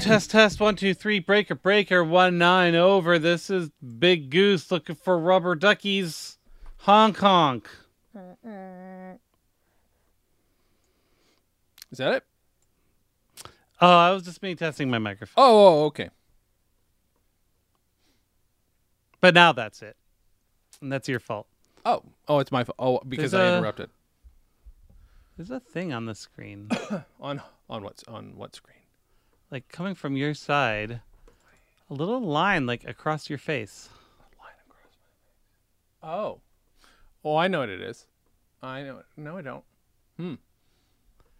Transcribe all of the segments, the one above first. test, test, one, two, three, breaker, breaker, one, nine, over. This is Big Goose looking for rubber duckies. Honk, honk. Is that it? Oh, I was just me testing my microphone. Oh, oh, okay. But now that's it. And that's your fault. Oh, oh, it's my fault. Oh, because There's I a- interrupted. There's a thing on the screen. On on what's on what screen? like coming from your side, a little line like across your face. Oh, oh, I know what it is. I know. It. No, I don't. Hmm.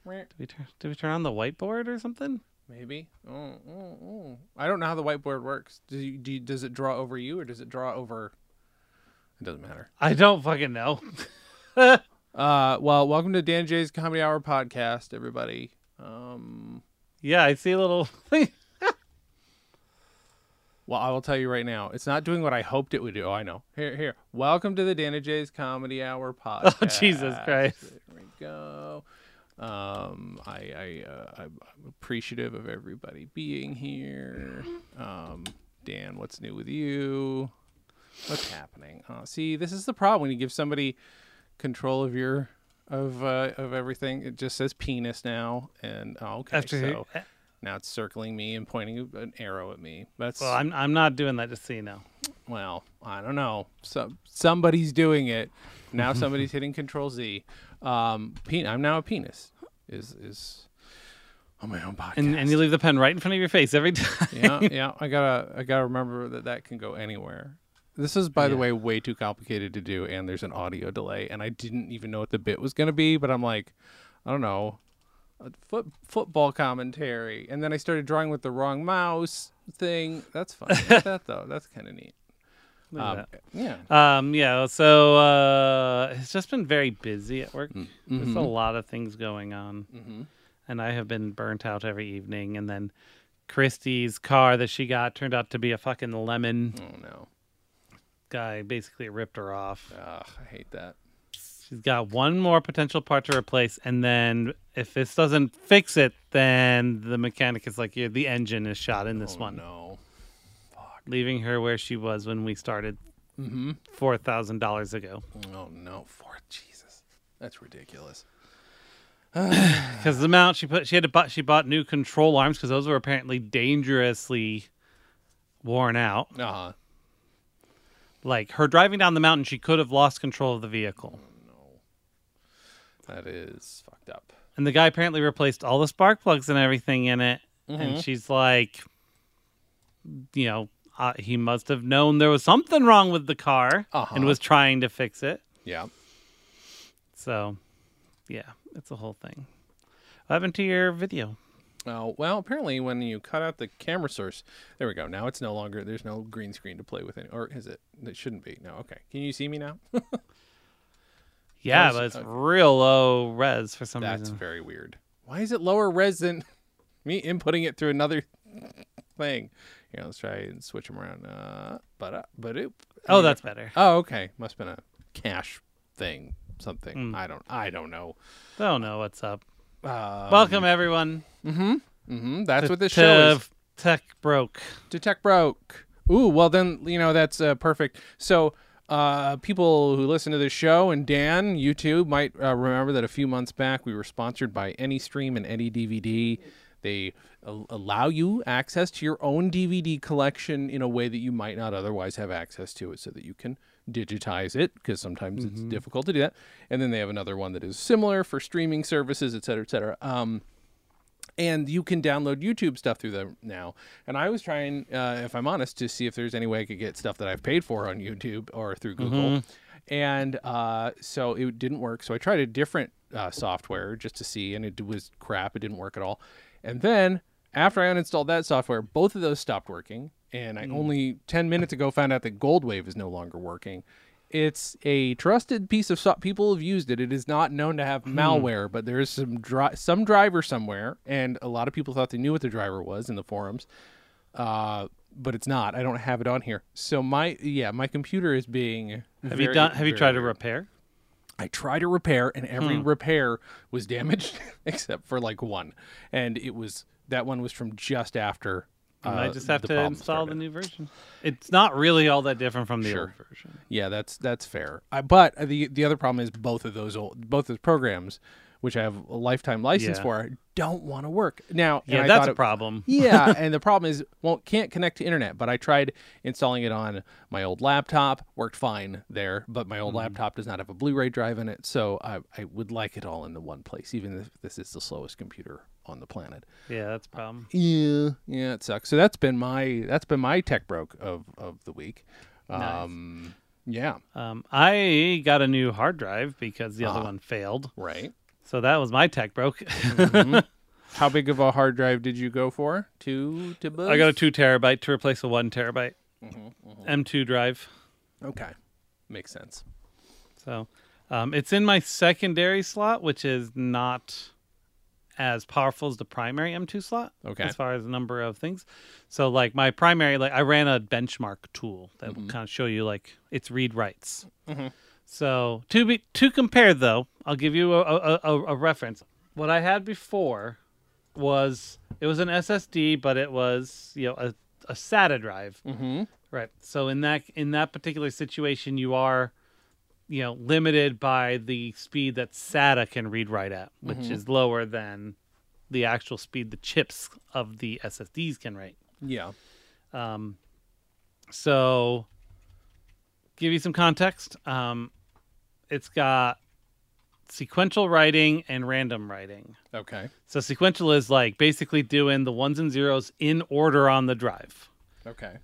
Did we turn did we turn on the whiteboard or something? Maybe. Oh, oh, oh. I don't know how the whiteboard works. Do you, do you, does it draw over you or does it draw over? It doesn't matter. I don't fucking know. Uh, well, welcome to Dan Jay's Comedy Hour podcast, everybody. Um, yeah, I see a little thing. well, I will tell you right now, it's not doing what I hoped it would do. Oh, I know. Here, here. Welcome to the Dan Jay's Comedy Hour podcast. Oh, Jesus Christ. There we go. Um, I, I, uh, I, I'm appreciative of everybody being here. Um, Dan, what's new with you? What's happening? Oh, see, this is the problem when you give somebody control of your of uh, of everything. It just says penis now, and oh, okay, After you- so now it's circling me and pointing an arrow at me. That's Well, I'm I'm not doing that just so you know. well, I don't know. So somebody's doing it. Now somebody's hitting Control Z. Um, pe- I'm now a penis. Is is on my own podcast. And and you leave the pen right in front of your face every time. yeah, yeah. I gotta I gotta remember that that can go anywhere. This is, by the way, way too complicated to do, and there's an audio delay, and I didn't even know what the bit was gonna be, but I'm like, I don't know, a foot football commentary, and then I started drawing with the wrong mouse thing. That's fun. that though, that's kind of neat. Look at Um, yeah. that. Um, yeah, so uh, it's just been very busy at work. Mm. There's Mm-hmm. a lot of things going on. And I have been burnt out every evening. And then Christy's car that she got turned out to be a fucking lemon. Oh no. Guy basically ripped her off. Ugh, I hate that. She's got one more potential part to replace, and then if this doesn't fix it, then the mechanic is like, yeah, the engine is shot in this Oh, one, No. leaving her where she was when we started Mm-hmm. thousand dollars ago. Oh no. For Jesus. That's ridiculous. Because the amount she put, she had to buy, she bought new control arms because those were apparently dangerously worn out. Uh huh. Like her driving down the mountain, she could have lost control of the vehicle. That is fucked up. And the guy apparently replaced all the spark plugs and everything in it. Mm-hmm. And she's like, you know, uh, he must have known there was something wrong with the car Uh-huh. and was trying to fix it. Yeah. So, yeah, it's a whole thing. What happened to your video? Oh well, apparently when you cut out the camera source, there we go. Now it's no longer there's no green screen to play with, any, or is it? It shouldn't be. No, okay. Can you see me now? Yeah, was- but it's uh, real low res for some That's reason. very weird. Why is it lower res than me inputting it through another thing? Here, let's try and switch them around. Uh, but uh, but oop. Oh, that's better. Oh, okay. Must have been a cash thing, Hmm. something. I don't. I don't know. Don't know Oh, what's up. Uh, Welcome, everyone. mhm, that's what this to show is. Tech Broke. To Tech Broke. Ooh, well then you know that's uh, perfect. So. Uh, people who listen to this show and Dan, you too, might uh, remember that a few months back we were sponsored by AnyStream and Any DVD. They al- allow you access to your own DVD collection in a way that you might not otherwise have access to it, so that you can digitize it because sometimes it's difficult to do that. And then they have another one that is similar for streaming services, et cetera, et cetera. Um, and you can download YouTube stuff through them now. And I was trying, uh, if I'm honest, to see if there's any way I could get stuff that I've paid for on YouTube or through Google. And uh, so it didn't work. So I tried a different uh, software just to see, and it was crap. It didn't work at all. And then after I uninstalled that software, both of those stopped working. And I only 10 minutes ago found out that Goldwave is no longer working. It's a trusted piece of software. People have used it. It is not known to have malware, but there is some dri- some driver somewhere, and a lot of people thought they knew what the driver was in the forums, uh, but it's not. I don't have it on here. So my yeah, my computer is being. Have you very, done? Have you very tried to weird. repair? I tried to Hmm. repair, and every repair was damaged except for like one, and it was that one was from just after. I might uh, just have the to problem install started. the new version. It's not really all that different from the Sure. old version. Yeah, that's that's fair. I, but the the other problem is both of those old both those programs, which I have a lifetime license Yeah. for, don't want to work now. and Yeah, I that's thought a it- problem. yeah, and the problem is won't can't connect to internet. But I tried installing it on my old laptop, worked fine there. But my old Mm-hmm. laptop does not have a Blu-ray drive in it, so I, I would like it all in the one place, even if this is the slowest computer on the planet. Yeah, that's a problem. Yeah, yeah, it sucks. So that's been my that's been my tech broke of of the week. Nice. Um, yeah, Um, I got a new hard drive because the other Uh-huh. one failed. right. So that was my tech broke. How big of a hard drive did you go for? Two to boot? I got a two terabyte to replace a one terabyte Mm-hmm, M2 drive. Okay, makes sense. So um, it's in my secondary slot, which is not as powerful as the primary M2 slot. Okay. As far as number of things. So like my primary, like I ran a benchmark tool that Mm-hmm. will kind of show you like it's read writes. So to be to compare though, I'll give you a, a, a, a reference. What I had before was it was an SSD, but it was you know a, a SATA drive. Mm-hmm. Right. So in that in that particular situation, you are, you know, limited by the speed that SATA can read write at, which is lower than the actual speed the chips of the SSDs can write. Yeah. Um, so, give you some context. Um, it's got sequential writing and random writing. Okay. So sequential is like basically doing the ones and zeros in order on the drive Okay.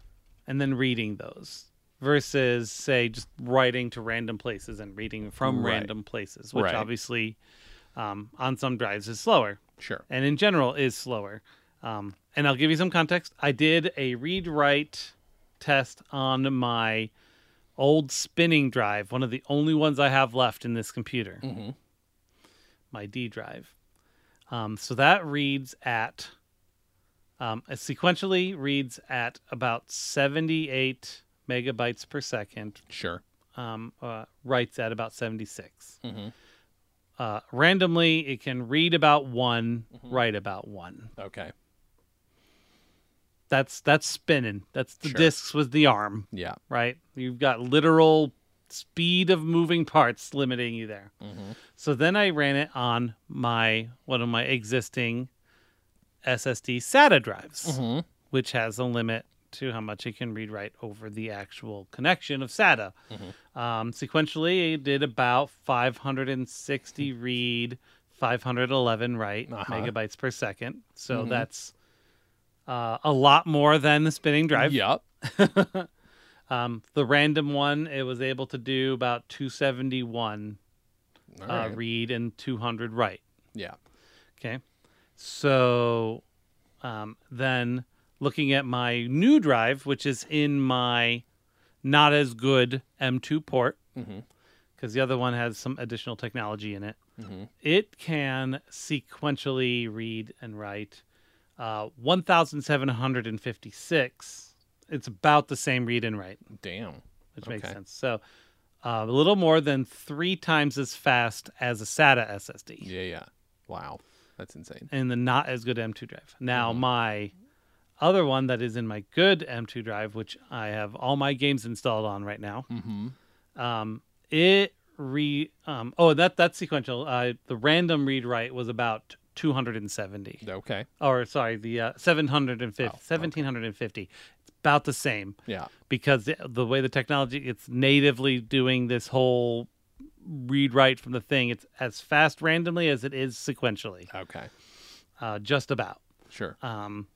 and then reading those versus say just writing to random places and reading from Right. random places which Right. obviously um, on some drives is slower Sure. and in general is slower um, and i'll give you some context i did a read write test on my old spinning drive one of the only ones i have left in this computer Mm-hmm. my d drive um, so that reads at um, it sequentially reads at about 78 megabytes per second, Sure. um, uh, writes at about 76. Mm-hmm. Uh, randomly, it can read about one, Mm-hmm. write about one. Okay. That's that's spinning. That's the Sure. discs with the arm, Yeah. right? You've got literal speed of moving parts limiting you there. Mm-hmm. So then I ran it on my one of my existing SSD SATA drives. Mm-hmm. which has a limit to how much it can read write over the actual connection of SATA. Mm-hmm. Um, sequentially, it did about 560 read, 511 write Uh-huh. megabytes per second. So Mhm. that's uh, a lot more than the spinning drive. Yep. Um, the random one, it was able to do about 271 All uh, right. read and 200 write. yeah. Okay. So um, then looking at my new drive, which is in my not as good M2 port, Mm-hmm. because the other one has some additional technology in it, Mhm. it can sequentially read and write uh, 1,756. It's about the same read and write, Damn. which makes Okay. sense. So uh, a little more than three times as fast as a SATA SSD Yeah. Yeah. Wow. That's insane. in the not as good M2 drive. Now Mm-hmm. my other one that is in my good M2 drive, which I have all my games installed on right now, Mm-hmm. um, it re um, oh that that's sequential. Uh, the random read write was about 270 Okay. or sorry the uh, 750 Oh, okay. 1750. It's about the same Yeah. because the, the way the technology it's natively doing this whole read write from the thing it's as fast randomly as it is sequentially Okay. uh, just about Sure. um,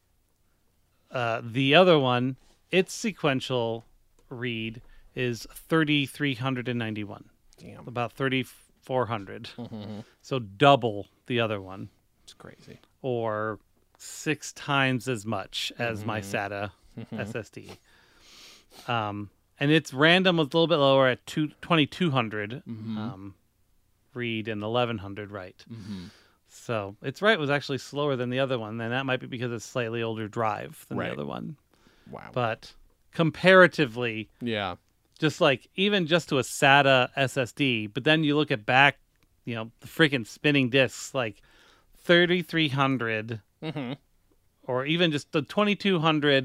uh, the other one, its sequential read is 3,391, Damn. about 3,400. Mm-hmm. So double the other one, It's crazy. or six times as much as my Mm-hmm. SATA SSD. Um, and its random was a little bit lower at two- 2,200 um, read and 1,100 write. Mm-hmm. So its write was actually slower than the other one, and that might be because it's slightly older drive than Right. the other one. Wow. But comparatively, yeah. just like even just to a SATA SSD, but then you look at back, you know, the freaking spinning discs, like 3300 Mm-hmm. or even just the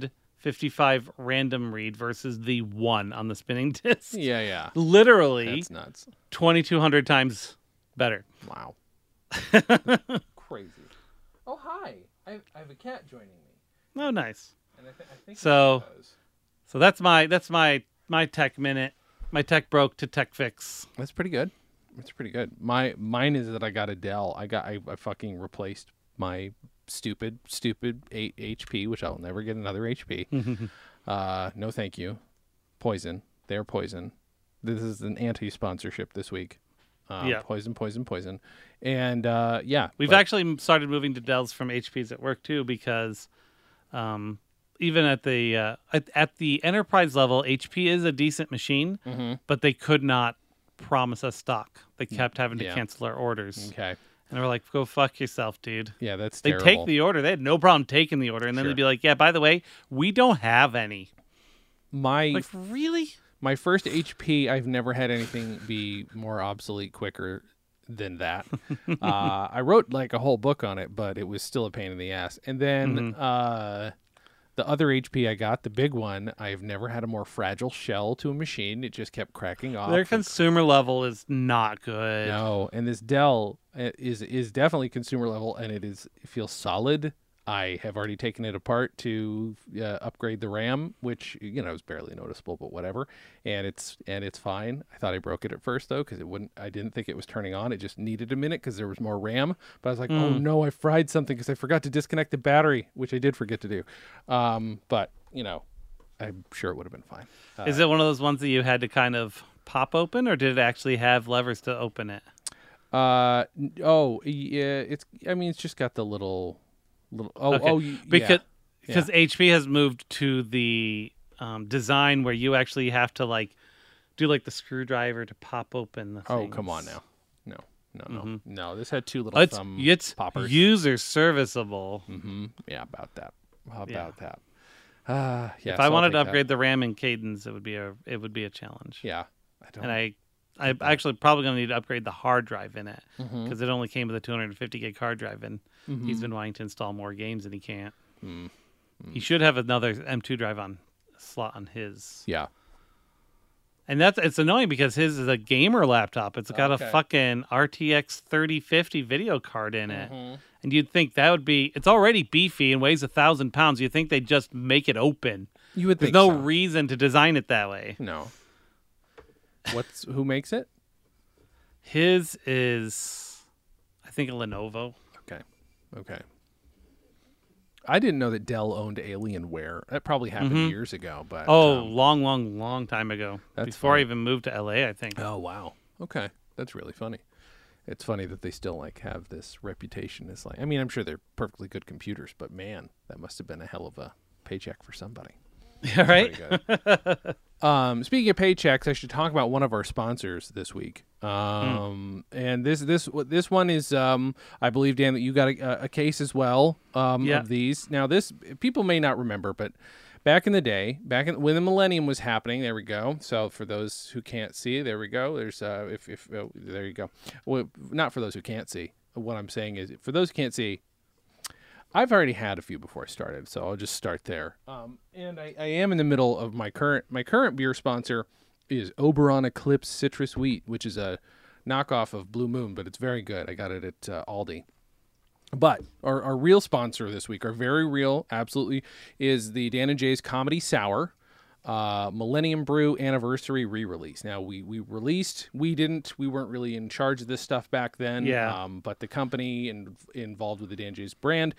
2255 random read versus the one on the spinning disc. Yeah, yeah. Literally That's nuts. 2200 times better. Wow. Crazy. Oh, hi. I, I have a cat joining me. Oh, nice. And I, th- I think So- So that's my that's my my tech minute. My tech broke to tech fix. That's pretty good. That's pretty good. My mine is that I got a Dell. I got I, I fucking replaced my stupid stupid eight HP, which I'll never get another HP. uh, no, thank you. Poison. They're poison. This is an anti-sponsorship this week. Uh, Yeah. Poison, poison, poison. And uh, yeah, We've but- actually m- started moving to Dells from HPs at work too because um, even at the uh, at, at the enterprise level, HP is a decent machine, Mm-hmm. but they could not promise us stock. They kept having to Mm, yeah. Mm. cancel our orders, okay. and we're like, "Go fuck yourself, dude." Yeah, that's They terrible. take the order. They had no problem taking the order, and then Sure. they'd be like, "Yeah, by the way, we don't have any." my Like, really? My first HP, I've never had anything be more obsolete quicker than that. uh, I wrote like a whole book on it, but it was still a pain in the ass. And then uh, the other HP I got, the big one, I've never had a more fragile shell to a machine. It just kept cracking off. Their and consumer level is not good. no, and this Dell uh, is is definitely consumer level, and it is it feels solid. I have already taken it apart to uh, upgrade the RAM, which you know is barely noticeable, but whatever. And it's and it's fine. I thought I broke it at first though, because it wouldn't. I didn't think it was turning on. It just needed a minute because there was more RAM. But I was like, oh no, I fried something because I forgot to disconnect the battery, which I did forget to do. Um, but you know, I'm sure it would have been fine. Uh, Is it one of those ones that you had to kind of pop open, or did it actually have levers to open it? Uh n- oh yeah, it's I mean it's just got the little little oh Okay. oh y- because yeah. because HP has moved to the um, design where you actually have to like do like the screwdriver to pop open the. oh come on things. now no no no no this had two little It's thumb it's poppers user serviceable. hmm yeah about that How Yeah. about that uh yeah if I wanted to upgrade the RAM and cadence, it would be a it would be a challenge. yeah I don't and I. I'm actually probably going to need to upgrade the hard drive in it because Mm-hmm. it only came with a 250 gig hard drive, and he's been wanting to install more games and he can't. Mm. He should have another M2 drive on slot on his. yeah And that's it's annoying because his is a gamer laptop. It's got Okay. a fucking RTX 3050 video card in it. And you'd think that would be it's already beefy and weighs a thousand pounds. You'd think they'd just make it open. you would There's think no so. reason to design it that way. no what's who makes it His is I think a Lenovo. okay okay I didn't know that Dell owned Alienware that probably happened years ago but Mm-hmm. Oh, um, long, long, long time ago. that's before funny. I even moved to LA, I think. Oh wow. Okay, that's really funny. It's funny that they still like have this reputation as like. I mean, I'm sure they're perfectly good computers, but man, that must have been a hell of a paycheck for somebody. Yeah, right? Pretty good. um, speaking of paychecks, I should talk about one of our sponsors this week. Um, and this this this one is um, I believe Dan that you got a, a case as well um, Yeah. of these. Now this people may not remember, but back in the day, back in, when the millennium was happening, there we go. So for those who can't see, there we go. There's uh, if if oh, there you go. Well, not for those who can't see. What I'm saying is, for those who can't see, I've already had a few before I started, so I'll just start there. Um, and I, I am in the middle of my current my current beer sponsor is Oberon Eclipse Citrus Wheat, which is a knockoff of Blue Moon, but it's very good. I got it at uh, Aldi. But our, our real sponsor this week, our very real, absolutely, is the Dan and Jay's Comedy Sour uh, Millennium Brew Anniversary re-release. Now we we released, we didn't, we weren't really in charge of this stuff back then. Yeah. Um, but the company in, involved with the Dan and Jay's brand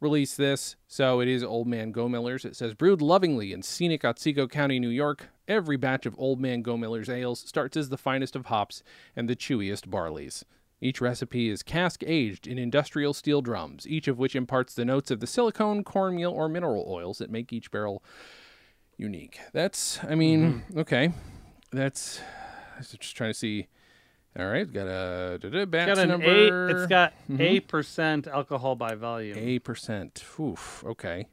released this, so it is Old Man Go Miller's. It says brewed lovingly in scenic Otsego County, New York. Every batch of Old Man Go Miller's ales starts as the finest of hops and the chewiest barleys. Each recipe is cask aged in industrial steel drums, each of which imparts the notes of the silicone, cornmeal, or mineral oils that make each barrel unique. That's, I mean, Mm-hmm. okay. That's, I was just trying to see. All right, got a da-da, batch It's got an number. eight it's got eight percent alcohol by volume. Eight percent. Oof. Okay.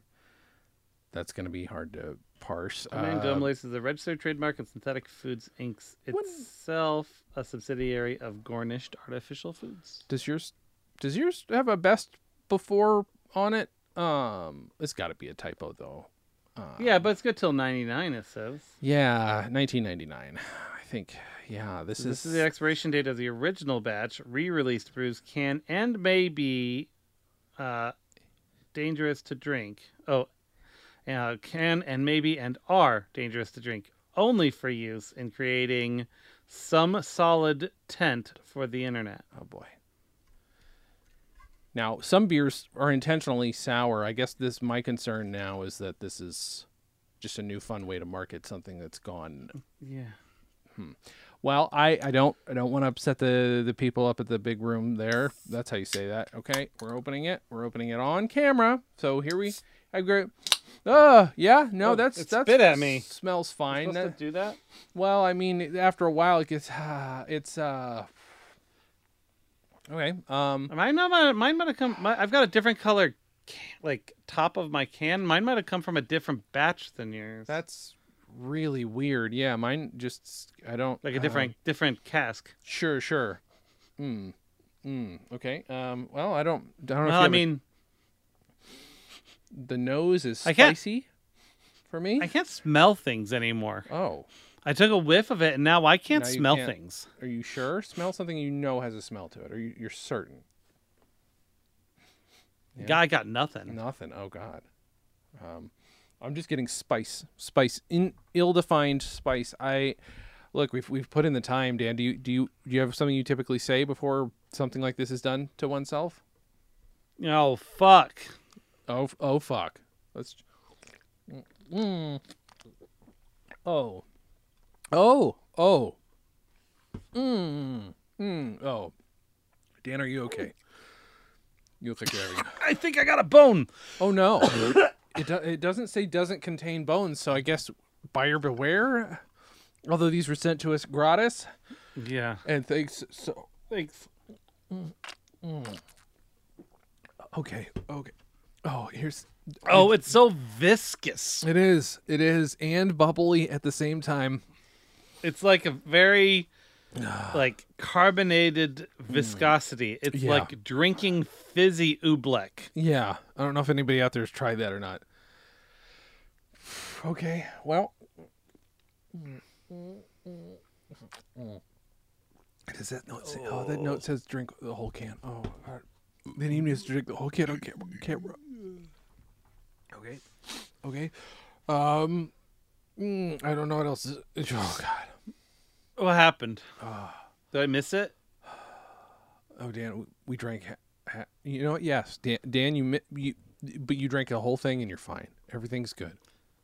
That's gonna be hard to parse. Domain Uh, Gomelace is a registered trademark of Synthetic Foods Inc. itself, a subsidiary of Gornished Artificial Foods. does yours does yours have a best before on it? Um, it's got to be a typo though. Ah. yeah, but it's good till ninety nine. It says Yeah, 1999. I think. Yeah, this, this is is. the expiration date of the original batch. Re-released brews can and may be uh, dangerous to drink. Oh, uh, can and maybe and are dangerous to drink only for use in creating some solid tent for the internet. oh boy. Now, some beers are intentionally sour. I guess this my concern now is that this is just a new fun way to market something that's gone Yeah. Well, I, I don't I don't want to upset the the people up at the big room there. That's how you say that. Okay, we're opening it. We're opening it on camera. So here we. I agree. Uh, yeah, no, Oh, that's it that's spit at me. Smells fine. Supposed to That- do that? well, I mean, after a while, it gets uh, it's uh. Okay. Um. Mine not might- mine might have come. My, I've got a different color, can, like top of my can. Mine might have come from a different batch than yours. That's really weird. Yeah, mine just I don't like a uh, different different cask. sure, sure. Mm. Mm. Okay. Um. Well, I don't. I don't know. if you Well, I have a- mean, the nose is I can't- spicy for me. I can't smell things anymore. Oh, I took a whiff of it, and now I can't Now you smell can't. things. are you sure? Smell something you know has a smell to it. Are you? You're certain? Yeah. Guy got nothing. Nothing. Oh God. Um, I'm just getting spice, spice, in ill-defined spice. I look. We've we've put in the time, Dan. Do you do you do you have something you typically say before something like this is done to oneself? Oh fuck! Oh f- oh fuck. Let's. Mm. Oh. Oh. Oh. Mm. Mm. Oh. Dan, are you okay? You look like you're having. I think I got a bone. Oh no. it do- it doesn't say doesn't contain bones, so I guess buyer beware. Although these were sent to us gratis, Yeah. and thanks so. Thanks. Okay. Okay. Oh, here's. Oh, it's so viscous. It is. It is, and bubbly at the same time. It's like a very like carbonated viscosity. It's Hmm. Yeah. like drinking fizzy oobleck. Yeah, I don't know if anybody out there's tried that or not. Okay, well, does that note say? Oh, that note says drink the whole can. Oh, all right. they need me to drink the whole can on camera. camera. Okay, okay. Um, mm, I don't know what else. Is, oh God. What happened? Ah. Did I miss it? Oh, Dan, we, we drank. Ha- ha- you know what? Yes, Dan. Dan, you mi- you, but you drank the whole thing and you're fine. Everything's good.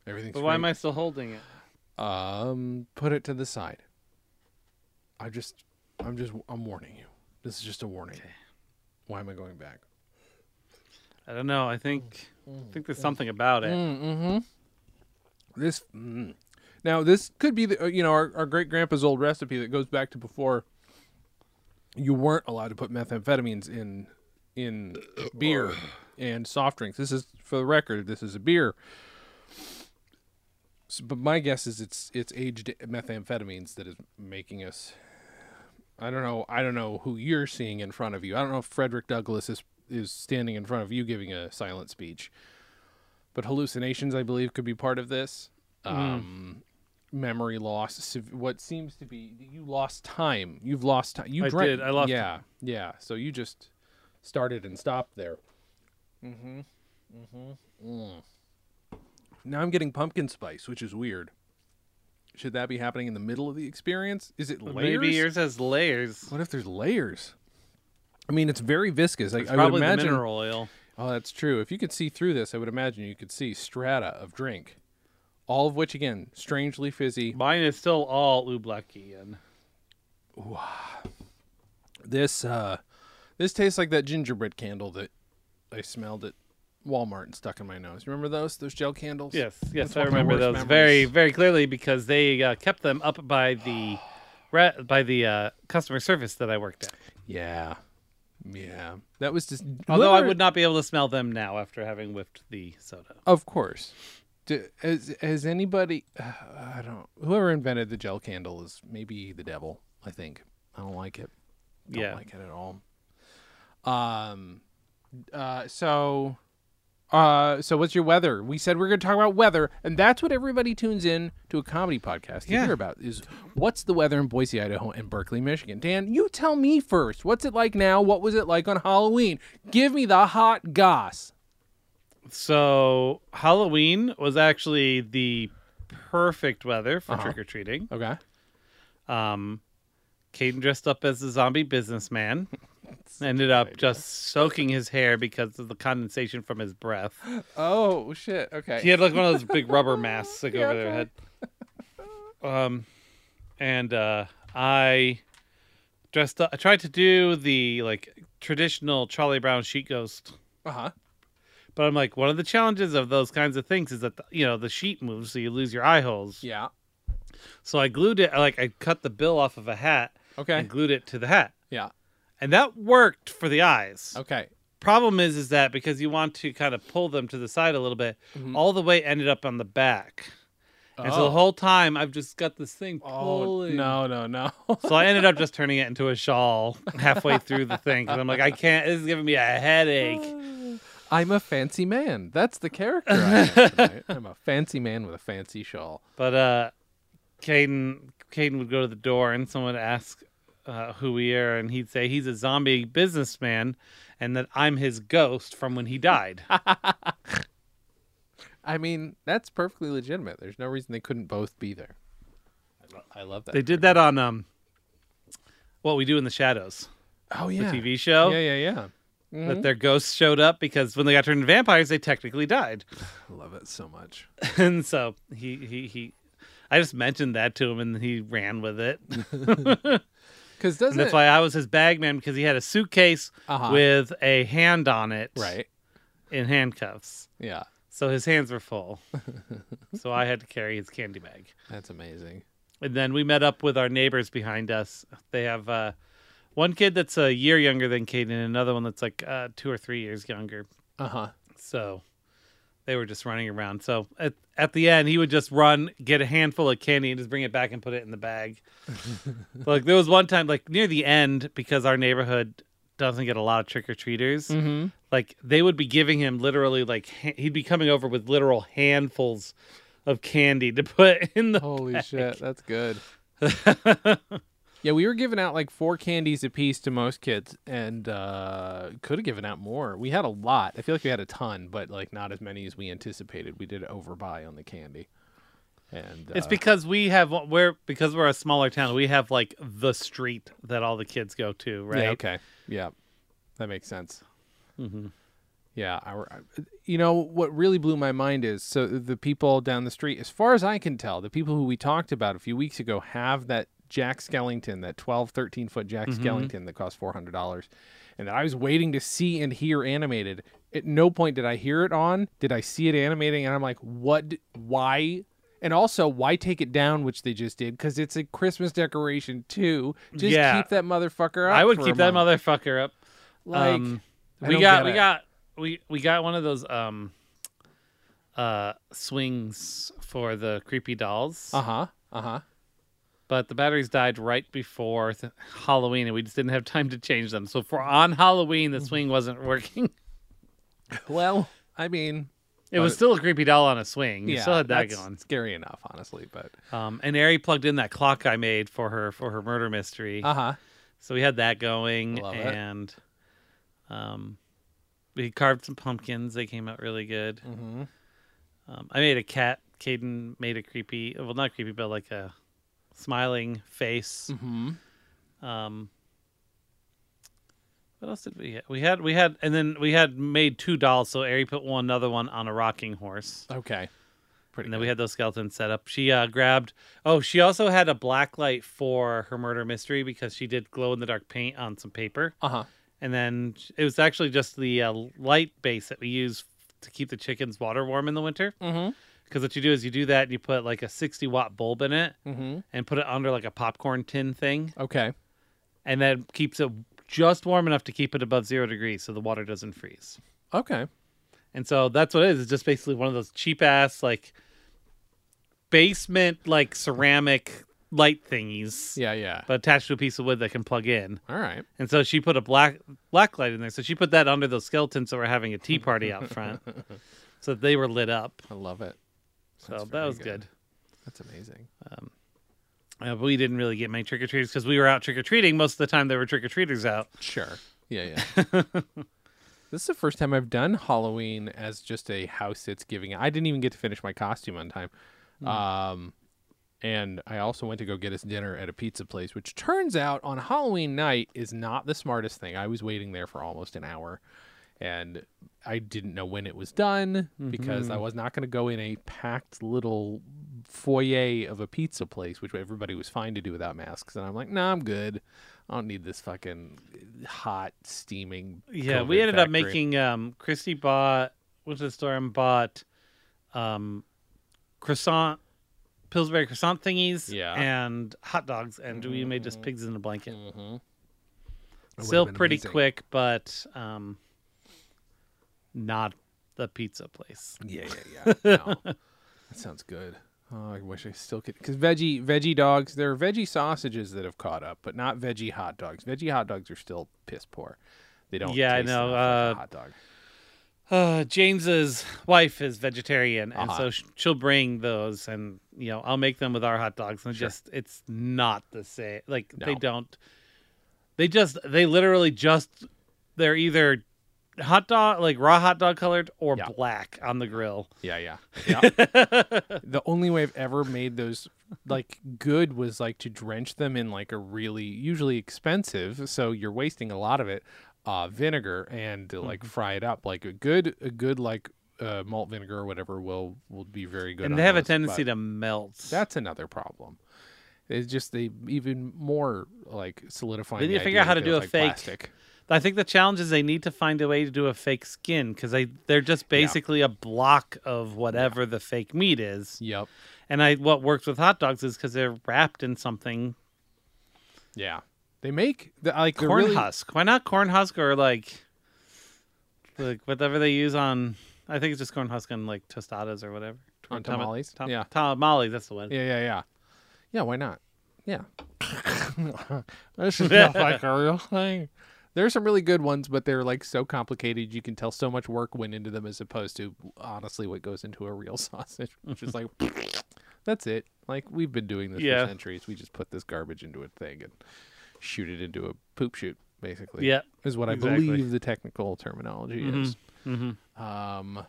Everything's. But why am great. I still holding it? Um, put it to the side. I just, I'm just, I'm warning you. This is just a warning. Why am I going back? I don't know. I think Mm. I think there's something about it. This. Mm. Now, this could be the, uh, you know, our, our great grandpa's old recipe that goes back to before you weren't allowed to put methamphetamines in in beer and soft drinks. This is for the record. This is a beer. S- but my guess is it's it's aged methamphetamines that is making us. I don't know. I don't know who you're seeing in front of you. I don't know if Frederick Douglass is is standing in front of you giving a silent speech. But hallucinations, I believe, could be part of this. Hmm. Um, memory loss. sev- What seems to be you lost time. You've lost time. You I drank- did, I lost Yeah, yeah. So you just started and stopped there. Now I'm getting pumpkin spice, which is weird. Should that be happening in the middle of the experience? Is it layers? Maybe yours has layers. What if there's layers? I mean, it's very viscous. I, It's I would probably the imagine. mineral oil. Oh, that's true. If you could see through this, I would imagine you could see strata of drink, all of which, again, strangely fizzy. Mine is still all Ublakian. This, uh, this tastes like that gingerbread candle that I smelled at Walmart and stuck in my nose. Remember those? Those gel candles? Yes, yes, That's I one of my remember worst those memories. very, very clearly because they uh, kept them up by the re- by the uh, customer service that I worked at. Yeah. Yeah. That was just. Although I Whoever- would not be able to smell them now after having whiffed the soda. Of course. Do, has, has anybody? I don't. Whoever invented the gel candle is maybe the devil. I think. I don't like it. Don't yeah, like it at all. Um. Uh. So, Uh, so what's your weather? We said we are going to talk about weather, and that's what everybody tunes in to a comedy podcast to Yeah. hear about is what's the weather in Boise, Idaho, and Berkeley, Michigan. Dan, you tell me first. What's it like now? What was it like on Halloween? Give me the hot goss. So Halloween was actually the perfect weather for Uh-huh. trick or treating. Okay, Um, Caden dressed up as a zombie businessman. Ended up just soaking his hair because of the condensation from his breath. Oh shit. Okay. He had like one of those big rubber masks like Yeah, over their okay. head. Um, and uh, I dressed up. I tried to do the like traditional Charlie Brown sheet ghost, Uh huh. but I'm like one of the challenges of those kinds of things is that the, you know the sheet moves, so you lose your eye holes. Yeah. So I glued it. Like I cut the bill off of a hat Okay. and glued it to the hat, Yeah. and that worked for the eyes. Okay. Problem is, is that because you want to kind of pull them to the side a little bit, Mhm. all the way ended up on the back. And so Oh. the whole time I've just got this thing Oh pulling. no no no. So I ended up just turning it into a shawl halfway through the thing because I'm like, I can't. This is giving me a headache. I'm a fancy man. That's the character. I am tonight. I'm a fancy man with a fancy shawl. But uh, Caden, Caden would go to the door and someone would ask uh, who we are, and he'd say he's a zombie businessman, and that I'm his ghost from when he died. I mean, that's perfectly legitimate. There's no reason they couldn't both be there. I lo- I love that. they did that on um, what we do in the shadows, Oh yeah. the TV show. Yeah yeah yeah. Mhm. That their ghosts showed up because when they got turned into vampires, they technically died. I love it so much. and so he he he i just mentioned that to him and he ran with it and Because doesn't that's it- why i was his bag man because he had a suitcase Uh-huh. with a hand on it right? in handcuffs Yeah. so his hands were full so i had to carry his candy bag That's amazing. and then we met up with our neighbors behind us they have uh one kid that's a year younger than Caden and another one that's like uh, two or three years younger. Uh huh. So they were just running around. So at, at the end, he would just run, get a handful of candy, and just bring it back and put it in the bag. like there was one time, like near the end, because our neighborhood doesn't get a lot of trick or treaters. Mm-hmm. Like they would be giving him literally, like ha- he'd be coming over with literal handfuls of candy to put in the. Holy shit, that's good. yeah, we were giving out like four candies apiece to most kids, and uh, could have given out more. We had a lot. I feel like we had a ton, but like not as many as we anticipated. We did overbuy on the candy, and It's uh, because we have we're because we're a smaller town. We have like the street that all the kids go to, right? Yeah, okay, yeah, that makes sense. hmm Yeah, our, I- you know what really blew my mind is so the people down the street, as far as I can tell, the people who we talked about a few weeks ago have that Jack Skellington, that 12, 13 foot Jack Mhm. Skellington that cost four hundred dollars, and that I was waiting to see and hear animated. At no point did I hear it on. Did I see it animating? And I'm like, what? d- Why? And also, why take it down, which they just did, because it's a Christmas decoration too. Just Yeah. keep that motherfucker up. I would for a keep that month. motherfucker up. Like, um, I we don't got get we it. got we we got one of those um uh swings for the creepy dolls, Uh huh. Uh uh-huh. huh. but the batteries died right before th- Halloween, and we just didn't have time to change them. So for on Halloween, Mm-hmm. the swing wasn't working. Well, I mean, It was But- still a creepy doll on a swing. You still had that that's going. Scary enough, honestly, but Um, and Ari plugged in that clock I made for her for her murder mystery. uh huh. So we had that going, Love it. and um, we carved some pumpkins. They came out really good. Mm-hmm. Um, I made a cat. Caden made a creepy, well, not creepy, but like a smiling face. Mm-hmm. Um, what else did we ha We had, we had, and then we had made two dolls. So Ari put one, another one on a rocking horse. Okay. Pretty. And then we had those skeletons set up. She uh, grabbed. Oh, she also had a black light for her murder mystery because she did glow in the dark paint on some paper. Uh huh. And then sh- it was actually just the uh, light base that we use to keep the chickens water warm in the winter. Mm-hmm. Because what you do is you do that and you put like a 60 watt bulb in it Mm-hmm. and put it under like a popcorn tin thing. Okay. And that keeps it just warm enough to keep it above zero degrees so the water doesn't freeze. Okay. And so that's what it is. It's just basically one of those cheap ass like basement like ceramic light thingies, Yeah, yeah. but attached to a piece of wood that can plug in. All right. And so she put a black black light in there. So she put that under those skeletons that were having a tea party out front, so that they were lit up. I love it. So That's that very was good. That's amazing. Uh, but we didn't really get many trick or treaters because we were out trick or treating most of the time. There were trick or treaters out. Sure. Yeah, yeah. this is the first time I've done Halloween as just a house that's giving. I didn't even get to finish my costume on time. Um, and I also went to go get us dinner at a pizza place, which turns out on Halloween night is not the smartest thing. I was waiting there for almost an hour and I didn't know when it was done because I Mm-hmm. was not going to go in a packed little foyer of a pizza place, which everybody was fine to do without masks. And I'm like, nah, I'm good. I don't need this fucking hot, steaming. Yeah, COVID we ended up factory." making um Christy bought went to the store and bought um croissant Pillsbury croissant thingies Yeah. Mm-hmm. and hot dogs and we made just pigs in a blanket. Mhm. That Still would've been pretty amazing. quick, but um not the pizza place. Yeah, yeah, yeah. No. that sounds good. Oh, I wish I still could. Because veggie veggie dogs, there are veggie sausages that have caught up, but not veggie hot dogs. Veggie hot dogs are still piss poor. They don't. Yeah, I taste know, enough like uh, a hot dog. Uh James's wife is vegetarian and Uh-huh. so sh- she'll bring those and you know, I'll make them with our hot dogs and just it's not the same. Like they No. don't they just they literally just they're either hot dog like raw hot dog colored or Yeah. black on the grill. Yeah, yeah. yeah. the only way I've ever made those like good was like to drench them in like a really usually expensive, so you're wasting a lot of it, uh vinegar and to Mm-hmm. like fry it up. Like a good a good like uh, malt vinegar or whatever will will be very good. and on they have a those, tendency but to melt. That's another problem. It's just they even more like solidifying. They need the to figure out idea how that to do they're, a like, fake. Plastic. I think the challenge is they need to find a way to do a fake skin because they they're just basically a block of whatever the fake meat is. Yep. And I what works with hot dogs is because they're wrapped in something Yeah. They make the like they're corn really, husk. Why not corn husk or like like whatever they use on? I think it's just corn husk on like tostadas or whatever. On Tama- tamales? Tam- Yeah. tamales. That's the one. Yeah, yeah, yeah. Yeah, why not? Yeah. this is not like a real thing. There are some really good ones, but they're like so complicated. You can tell so much work went into them as opposed to honestly what goes into a real sausage, which is like, that's it. Like we've been doing this Yeah. for centuries. We just put this garbage into a thing and shoot it into a poop shoot, basically. Yeah, is what exactly. Mm-hmm, I believe the technical terminology is. Um,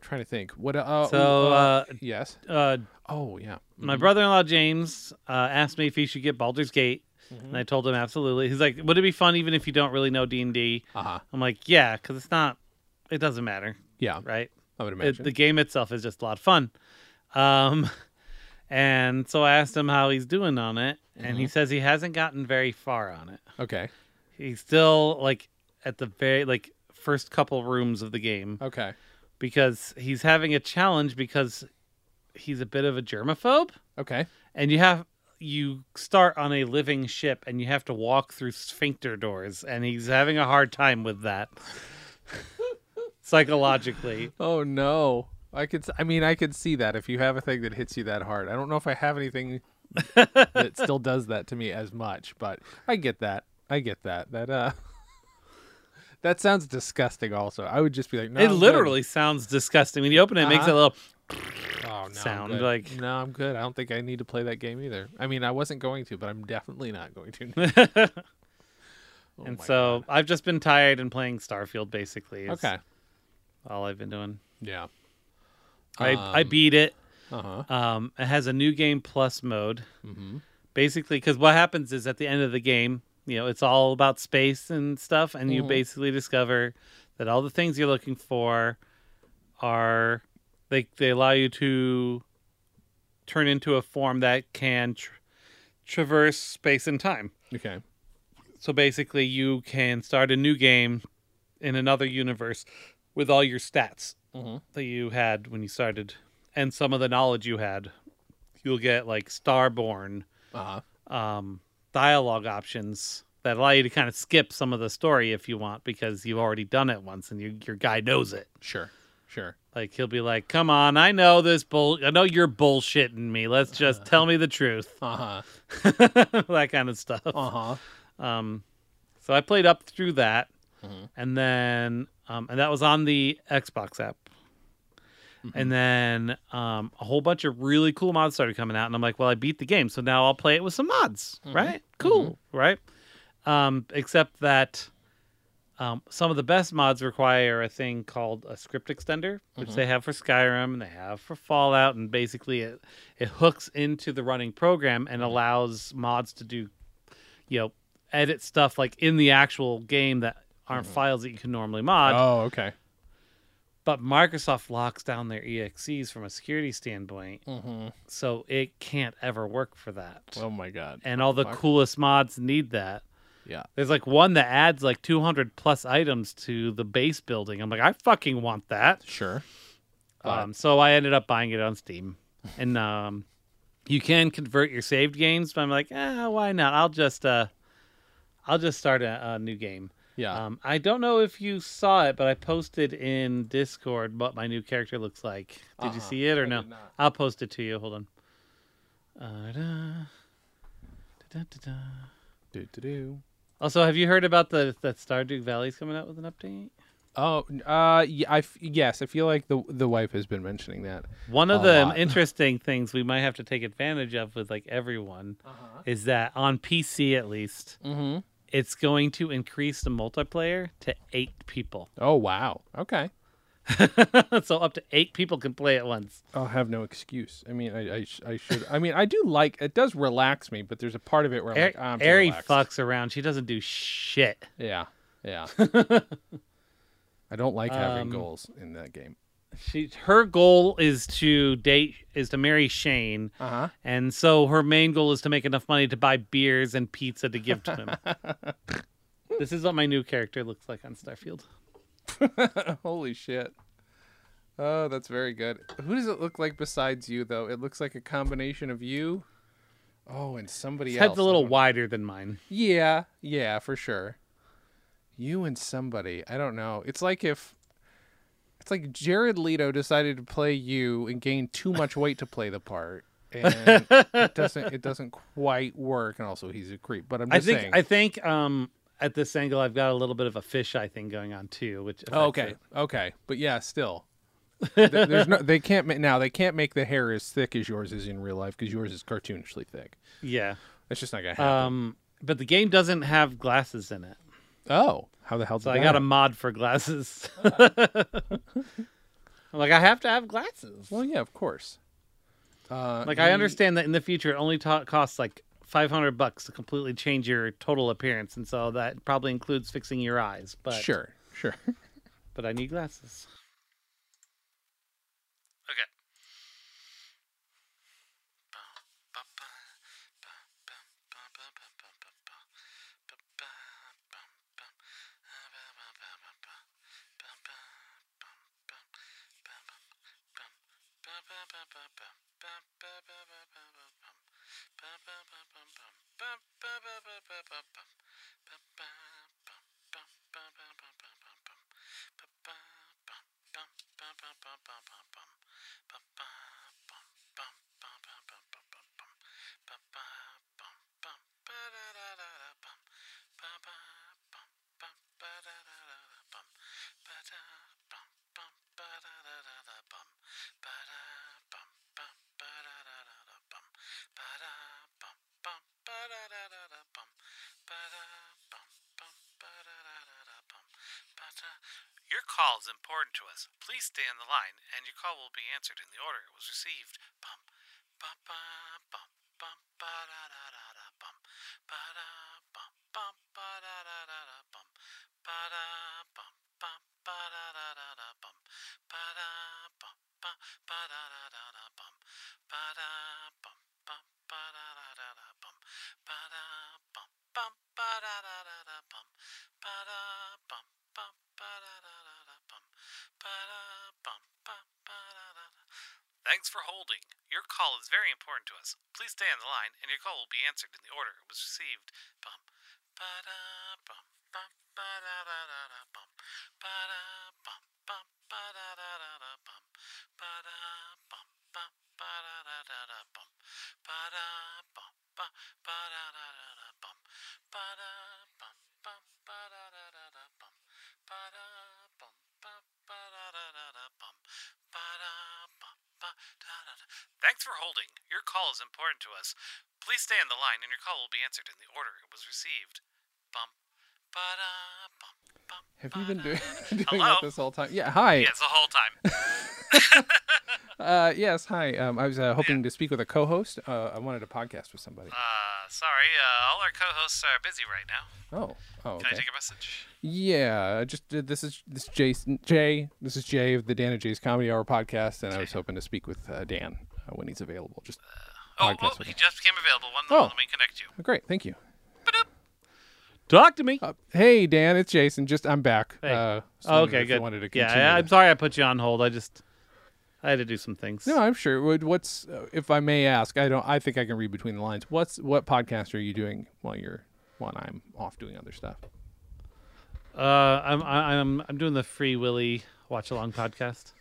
trying to think. What? Uh, So, uh, yes. Uh, Oh yeah. my brother-in-law James uh, asked me if he should get Baldur's Gate, Mm-hmm. and I told him absolutely. He's like, "Would it be fun even if you don't really know D and D?" Uh huh. I'm like, "Yeah, because it's not. It doesn't matter, Yeah, right? I would It- imagine. the game itself is just a lot of fun." Um, and so I asked him how he's doing on it, and Mm-hmm. he says he hasn't gotten very far on it. okay. He's still like at the very like first couple rooms of the game Okay. because he's having a challenge because he's a bit of a germaphobe. Okay. and you have you start on a living ship and you have to walk through sphincter doors and he's having a hard time with that psychologically Oh no. I could. s- I mean, I could see that if you have a thing that hits you that hard. I don't know if I have anything that still does that to me as much, but I get that. I get that. That uh, that sounds disgusting. Also, I would just be like, no. it I'm good. literally sounds disgusting when you open it, it makes a Uh-huh. little oh, no, sound I'm good. like- no, I'm good. I don't think I need to play that game either. I mean, I wasn't going to, but I'm definitely not going to. Oh, and my so God. i've just been tired and playing starfield basically is okay, all i've been doing yeah, I, I Um, beat it uh huh, um, it has a new game plus mode basically because what happens is at the end of the game you know it's all about space and stuff and you basically discover that all the things you're looking for are they, they allow you to turn into a form that can tr- traverse space and time okay, so basically you can start a new game in another universe with all your stats Mhm. that you had when you started and some of the knowledge you had you'll get like starborn uh huh, um, dialogue options that allow you to kind of skip some of the story if you want because you've already done it once and you, your guy knows it. sure, Sure. Like he'll be like, "Come on, I know this bull. I know you're bullshitting me. Let's just tell me the truth." Uh huh. that kind of stuff. Uh huh. Um, so I played up through that, Mhm. and then um, and that was on the Xbox app. And then um, a whole bunch of really cool mods started coming out, and I'm like, well, I beat the game, so now I'll play it with some mods, right? Cool, right? Um, except that um, some of the best mods require a thing called a script extender, which they have for Skyrim and they have for Fallout, and basically it it hooks into the running program and allows mods to do, you know, edit stuff like in the actual game that aren't files that you can normally mod Oh, okay. but Microsoft locks down their EXEs from a security standpoint, Mm-hmm. so it can't ever work for that. Oh my God. and all the fuck. coolest mods need that. Yeah. There's like one that adds like 200 plus items to the base building. I'm like, I fucking want that. Sure. Right. Um, so I ended up buying it on Steam, and um, you can convert your saved games. But I'm like, ah, why not? I'll just uh, I'll just start a, a new game. Yeah. Um, I don't know if you saw it, but I posted in Discord what my new character looks like. Did Uh-uh. you see it or I no? did not. I'll post it to you. Hold on. Uh, da, da, da, da. Do do do. Also, have you heard about the that Stardew Valley's coming out with an update? Oh, uh, yeah, I f- yes, I feel like the the wife has been mentioning that. One of A the lot. interesting things we might have to take advantage of with like everyone is that on PC at least, Uh-huh. Mm-hmm. it's going to increase the multiplayer to eight people. Oh wow. Okay. so up to eight people can play at once. I'll have no excuse. I mean, I I, sh- I should. I mean, I do like it. Does relax me, but there's a part of it where I'm Ari like, "Oh, I'm too Ari relaxed. fucks around. She doesn't do shit. Yeah. Yeah. I don't like having Um, goals in that game. She her goal is to date is to marry Shane, Uh huh. and so her main goal is to make enough money to buy beers and pizza to give to him. this is what my new character looks like on Starfield. Holy shit. Oh, that's very good. Who does it look like besides you, though? It looks like a combination of you. Oh, and somebody His else. head's a little I don't- wider than mine. Yeah, yeah, for sure. You and somebody. I don't know. It's like if. It's like Jared Leto decided to play you and gained too much weight to play the part. And it doesn't. It doesn't quite work. And also, he's a creep. But I'm I just think saying. I think um at this angle I've got a little bit of a fisheye thing going on too, which Oh, affects okay. it. Okay. But yeah, still. Th- There's no, they can't ma- now. They can't make the hair as thick as yours is in real life because yours is cartoonishly thick. yeah. That's just not gonna happen. Um, but the game doesn't have glasses in it. oh, how the hell? So I did that got a happen? mod for glasses. I'm like, I have to have glasses. Well, yeah, of course. Uh, Like, I you- understand that in the future it only ta- costs like 500 bucks to completely change your total appearance, and so that probably includes fixing your eyes. But Sure, sure. but I need glasses. Okay. Your call is important to us. Please stay on the line, and your call will be answered in the order it was received. Bum, ba, ba, bum, bum, ba, da, da, da, da, bum, ba, da, bum, bum, ba, da, da, da, da, bum, ba, da, bum, bum, ba, da, da, da, da, bum, ba, da, bum, bum, ba, da, da, da, da, bum, ba, da, bum, bum, ba, da, da, da, da, bum, ba, da, bum, bum, ba, da, da, da, da, bum, ba, da, bum, bum, ba, da, da, da, da, bum, ba, da, bum, bum, ba, da, da, da. Thanks for holding. Your call is very important to us. Please stay on the line, and your call will be answered in the order it was received. Bum, ba, da, bum, bum, ba, da, da, da, da, bum, ba, da, bum, bum, ba, da, da, da, da, Ba-da-bum, ba-da-bum, ba- da-da-da. Thanks for holding. Your call is important to us. Please stay on the line, and your call will be answered in the order it was received. Bum, ba-da-bum, bum. Have you been doing, doing Hello? that this whole time? Yeah. Hi. Yes, the whole time. Uh, yes. Hi. Um, I was uh, hoping to speak with a co-host. Uh, I wanted a podcast with somebody. Uh, sorry, uh, all our co-hosts are busy right now. Oh. Oh. Can I Okay. take a message? Yeah. I Just uh, this is this is Jason Jay. This is Jay of the Dan and Jay's Comedy Hour podcast, and I was hoping to speak with uh, Dan uh, when he's available. Just Oh, Podcast oh with he just became available. One Oh. moment, let me connect you. oh, great. Thank you. Talk to me. Uh, hey Dan, it's Jason. Just I'm back. Hey. Uh, so Oh, wondered okay, if you good. Wanted to continue. yeah, I, I'm the- sorry I put you on hold. I just I had to do some things. No, I'm sure. What- What's uh, if I may ask? I don't. I think I can read between the lines. What's what podcast are you doing while you're while I'm off doing other stuff? uh, I'm I- I'm I'm doing the Free Willy watch along podcast.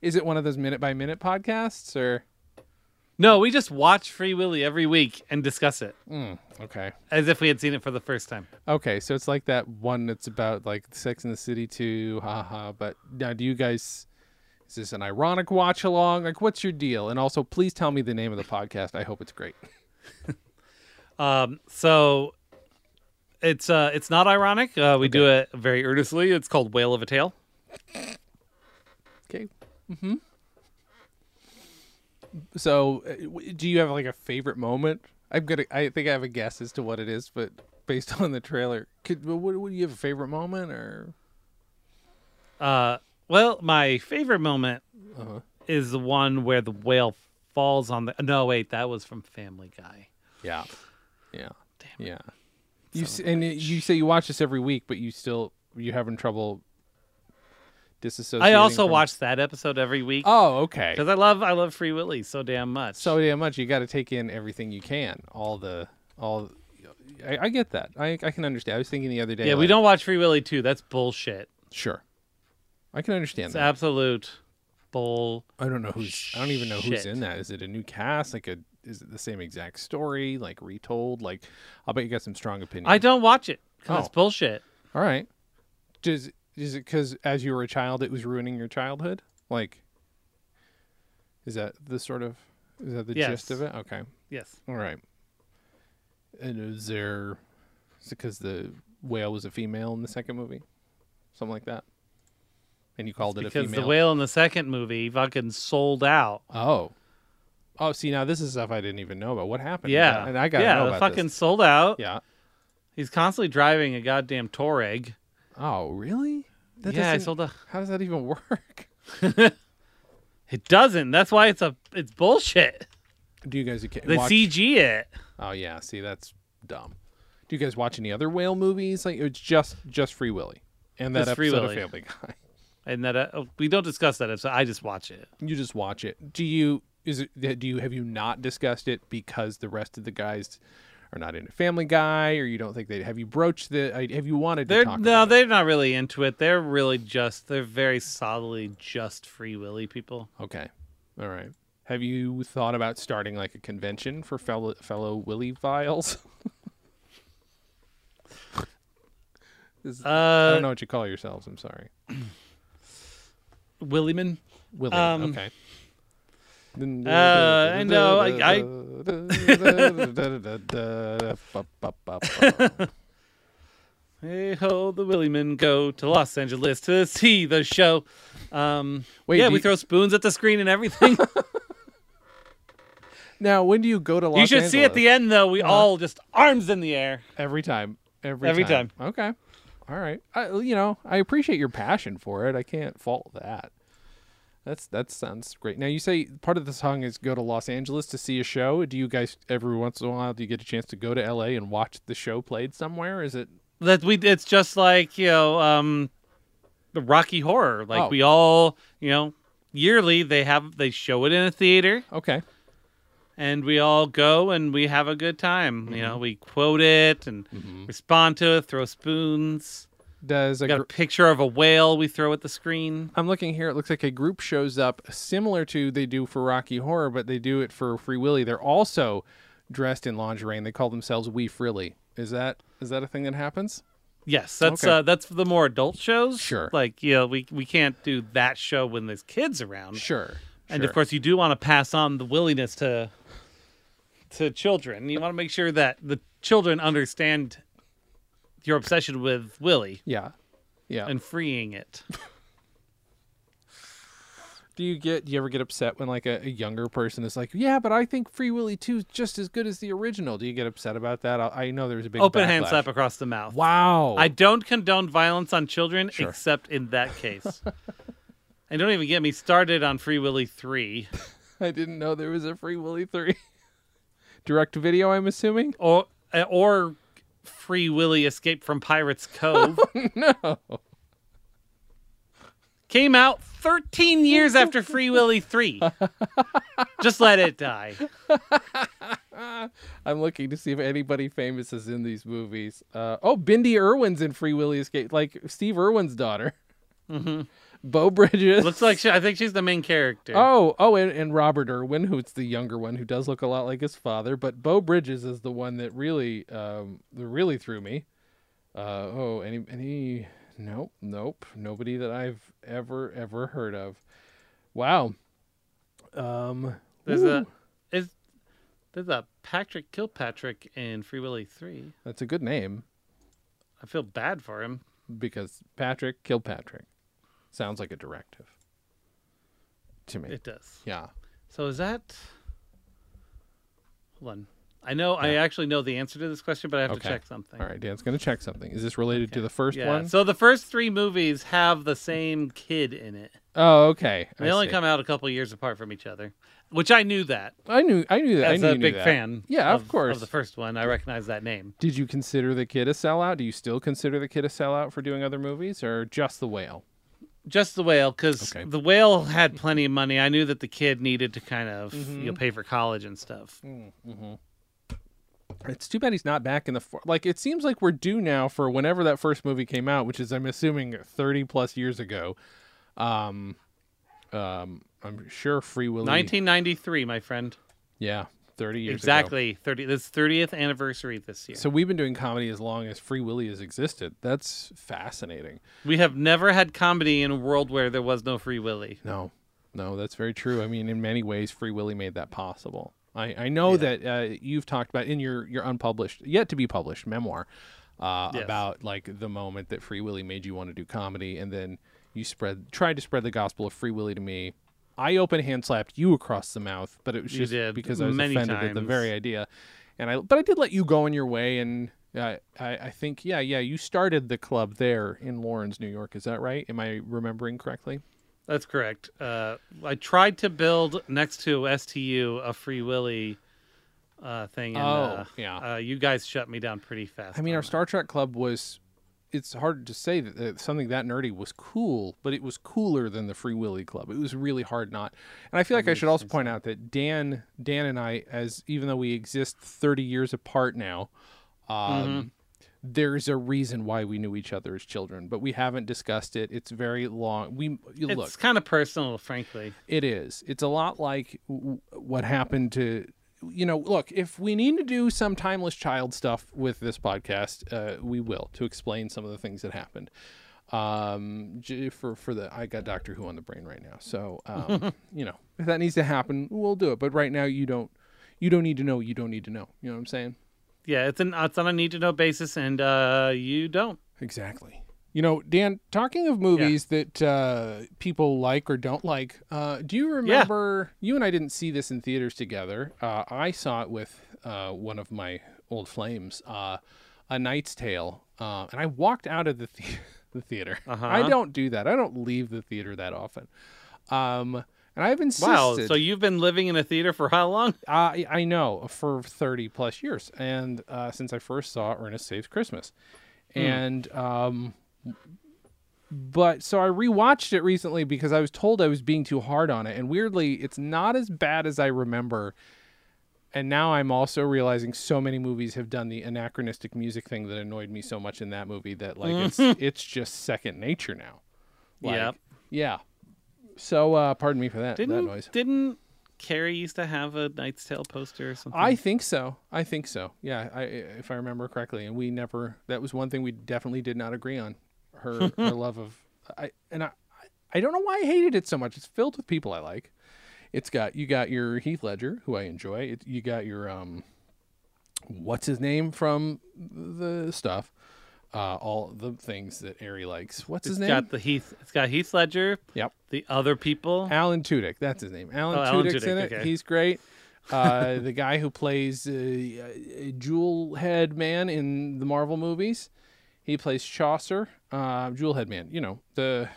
Is it one of those minute by minute podcasts or? No, we just watch Free Willy every week and discuss it Okay. as if we had seen it for the first time. Okay, so it's like that one that's about like Sex in the City too, haha. But now, do you guys? Is this an ironic watch along? Like, what's your deal? And also, please tell me the name of the podcast. I hope it's great. Um, so it's uh it's not ironic. Uh, we do it very earnestly. It's called Whale of a Tale. Okay. Mm-hmm. So, uh, w- do you have like a favorite moment? I'm gonna. I think I have a guess as to what it is, but based on the trailer, could what, what do you have a favorite moment or? Uh, well, my favorite moment Uh-huh. is the one where the whale falls on the. No, wait, that was from Family Guy. Yeah. Yeah. Damn Yeah. You s- and it- you say you watch this every week, but you still you having trouble disassociating. I also from- watch that episode every week Oh, okay. because I love I love Free Willy so damn much. So damn much you got to take in everything you can. All the all. I, I get that. I I can understand. I was thinking the other day. yeah, we like- don't watch Free Willy too. That's bullshit. Sure. I can understand It's that. absolute bull. I don't know who's. I don't even know who's Shit. in that. Is it a new cast? Like a? Is it the same exact story? Like retold? Like, I'll bet you got some strong opinions. I don't watch it 'cause Oh. it's bullshit. All right. Does is it because as you were a child, it was ruining your childhood? Like, is that the sort of? Is that the gist of Yes. it? Okay. Yes. All right. And is there? Is it because the whale was a female in the second movie? Something like that. And you called it a Because female. the whale in the second movie fucking sold out. Oh. Oh, see now this is stuff I didn't even know about. What happened? Yeah. and I gotta yeah, know the about fucking this. sold out. Yeah. He's constantly driving a goddamn Touareg. Oh, really? That yeah, I doesn't- sold out. How does that even work? It doesn't. That's why it's a it's bullshit. Do you guys occa- They watch? CG it. Oh yeah, see that's dumb. Do you guys watch any other whale movies? Like it's just just Free Willy and that Just Free episode of Willy. Family Guy. And that uh, we don't discuss that episode. I just watch it. You just watch it. Do you is it do you have you not discussed it because the rest of the guys are not into Family Guy or you don't think they have you broached the I- have you wanted to They're talk no, about it? they're not really into it. They're really just they're very solidly just free willy people. Okay. All right. Have you thought about starting like a convention for fellow fellow Willy Uh, Viles? Is- I Uh don't know what you call yourselves. I'm sorry. Willyman. Willie. Um, okay. Uh, Uh, I know, I- I- Hey ho the Willymen go to Los Angeles to see the show. Um Wait, yeah, do we you- throw spoons at the screen and everything. now, when do you go to Los you should Angeles? Uh-huh. see at the end though, we all just arms in the air. Every time. Every, Every Okay. All right. I, you know, I appreciate your passion for it. I can't fault that. That's that sounds great. Now you say part of the song is go to Los Angeles to see a show. Do you guys every once in a while do you get a chance to go to LA and watch the show played somewhere? Is it that we it's just like you know um the rocky horror like Oh. we all you know yearly they have they show it in a theater okay? and we all go and we have a good time you Mm-hmm. know we quote it and respond to it throw spoons Does a we got Mm-hmm. gr- a picture of a whale we throw at the screen I'm looking here. It looks like a group shows up similar to they do for Rocky Horror, but they do it for Free Willy. They're also dressed in lingerie and they call themselves We Frilly. Is that is that a thing that happens? Yes, that's Okay. uh, that's the more adult shows. Sure. Like, you know, we we can't do that show when there's kids around. Sure. And sure. of course, you do want to pass on the willingness to to children. You want to make sure that the children understand your obsession with Willy Yeah. Yeah. and freeing it. Do you get do you ever get upset when like a, a younger person is like, yeah, but I think Free Willy Two is just as good as the original? Do you get upset about that? I, I know there's a big Open hand backlash. slap across the mouth. Wow. I don't condone violence on children Sure. except in that case. and don't even get me started on Free Willy 3 I didn't know there was a Free Willy Three. Direct to video, I'm assuming. or uh, or Free Willy Escape from Pirates Cove. Oh, No. Came out 13 years after Free Willy 3. Just let it die. I'm looking to see if anybody famous is in these movies. Uh, oh, Bindi Irwin's in Free Willy Escape, like Steve Irwin's daughter. Bo Bridges. Mm-hmm. Looks like she, I think she's the main character. Oh, oh, and, and Robert Irwin, who's the younger one, who does look a lot like his father, but Bo Bridges is the one that really, um, that really threw me. Uh, oh, any, any, nope, nope, nobody that I've ever, ever heard of. Wow. Um, there's ooh, a is there's a Patrick Kilpatrick in Free Willy 3. that's a good name I feel bad for him. because Patrick Kilpatrick sounds like a directive to me. It does. yeah. So is that? Hold on. I know. I actually know the answer to this question, but I have Okay. to check something. All right, Dan's gonna check something. Is this related to the first Yeah. one? So the first three movies have the same kid in it. oh, okay. They I only see. come out a couple years apart from each other, which I knew that. I knew I knew that. I As knew a you knew big that. fan. Yeah, of of course. Of the first one, I recognize that name. Did you consider the kid a sellout? Do you still consider the kid a sellout for doing other movies, or just the whale? Just the whale, because Okay. the whale had plenty of money. I knew that the kid needed to kind of Mm-hmm. you know pay for college and stuff. It's too bad he's not back in the for- like. It seems like we're due now for whenever that first movie came out, which is I'm assuming 30 plus years ago. Um, um, I'm sure Free Willy. 1993, my friend. Yeah, 30 years ago. Exactly. 30. This 30th anniversary this year. So we've been doing comedy as long as Free Willy has existed. That's fascinating. We have never had comedy in a world where there was no free willy. No, no, that's very true. I mean, in many ways, Free Willy made that possible. I, I know that uh, you've talked about in your, your unpublished, yet to be published memoir uh, Yes. about like the moment that Free Willy made you want to do comedy, and then you spread tried to spread the gospel of Free Willy to me. I open hand slapped you across the mouth, but it was You just did, because I was many offended at the times. very idea, and I but I did let you go on your way, and uh, I I think yeah yeah you started the club there in Lawrence, New York. Is that right? Am I remembering correctly? That's correct. Uh, I tried to build next to STU a free willy uh, thing. And, Oh, uh, yeah. Uh, you guys shut me down pretty fast. I mean, on our that. Star Trek club was. It's hard to say that that something that nerdy was cool, but it was cooler than the Free Willy Club. It was really hard not. And I feel like I should also point out that Dan, Dan and I, as even though we exist thirty years apart now, um, there's a reason why we knew each other as children, but we haven't discussed it. It's very long. We you it's look. kind of personal, frankly. It is. It's a lot like w- what happened to, you know, look, if we need to do some timeless child stuff with this podcast, uh, we will to explain some of the things that happened. Um, j- for, for the, I got Doctor Who on the brain right now. So, um, you know, if that needs to happen, we'll do it. But right now, you don't, you don't need to know. You don't need to know. You know what I'm saying? Yeah, it's an it's on a need to know basis, and uh, you don't. Exactly. You know, Dan, talking of movies that uh, people like or don't like, uh, do you remember you and I didn't see this in theaters together? Uh, I saw it with uh, one of my old flames, uh, A Knight's Tale, uh, and I walked out of the, the- the theater. I Uh-huh. don't do that. I don't leave the theater that often. Um, and I've insisted. Wow. So you've been living in a theater for how long? I I know for thirty plus years, and uh, since I first saw Ernest Saves Christmas, and um, but so I rewatched it recently because I was told I was being too hard on it, and weirdly, it's not as bad as I remember. And now I'm also realizing so many movies have done the anachronistic music thing that annoyed me so much in that movie that like it's it's just second nature now. Like, yeah. Yeah. So uh, pardon me for that, that Didn't noise. didn't Carrie used to have a Knight's Tale poster or something? I think so. I think so. Yeah, I, if I remember correctly, and we never. That was one thing we definitely did not agree on. Her her love of, I and I, I don't know why I hated it so much. It's filled with people I like. It's got you got your Heath Ledger, who I enjoy. It, you got your um, what's his name from the stuff, uh, all the things that Ari likes. What's his it's name? got the Heath. It's got Heath Ledger. Yep. The other people. Alan Tudyk. That's his name. Alan Oh, Alan Tudyk's in Tudyk, it. okay. He's great. Uh, the guy who plays uh, uh, Jewel Head Man in the Marvel movies, he plays Chaucer. Uh, Jewel Head Man, you know the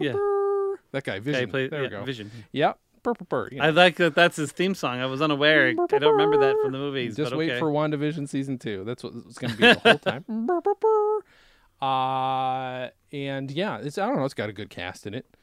Yeah. that guy. Okay, Vision. play- there yeah, we go. Vision. Yep. Burr, burr, burr, you know. I like that. That's his theme song. I was unaware. I don't remember that from the movies. Just but wait okay. for WandaVision season two. That's what it's going to be the whole time. Burr, burr, burr. Uh, and yeah, it's I don't know. It's got a good cast in it,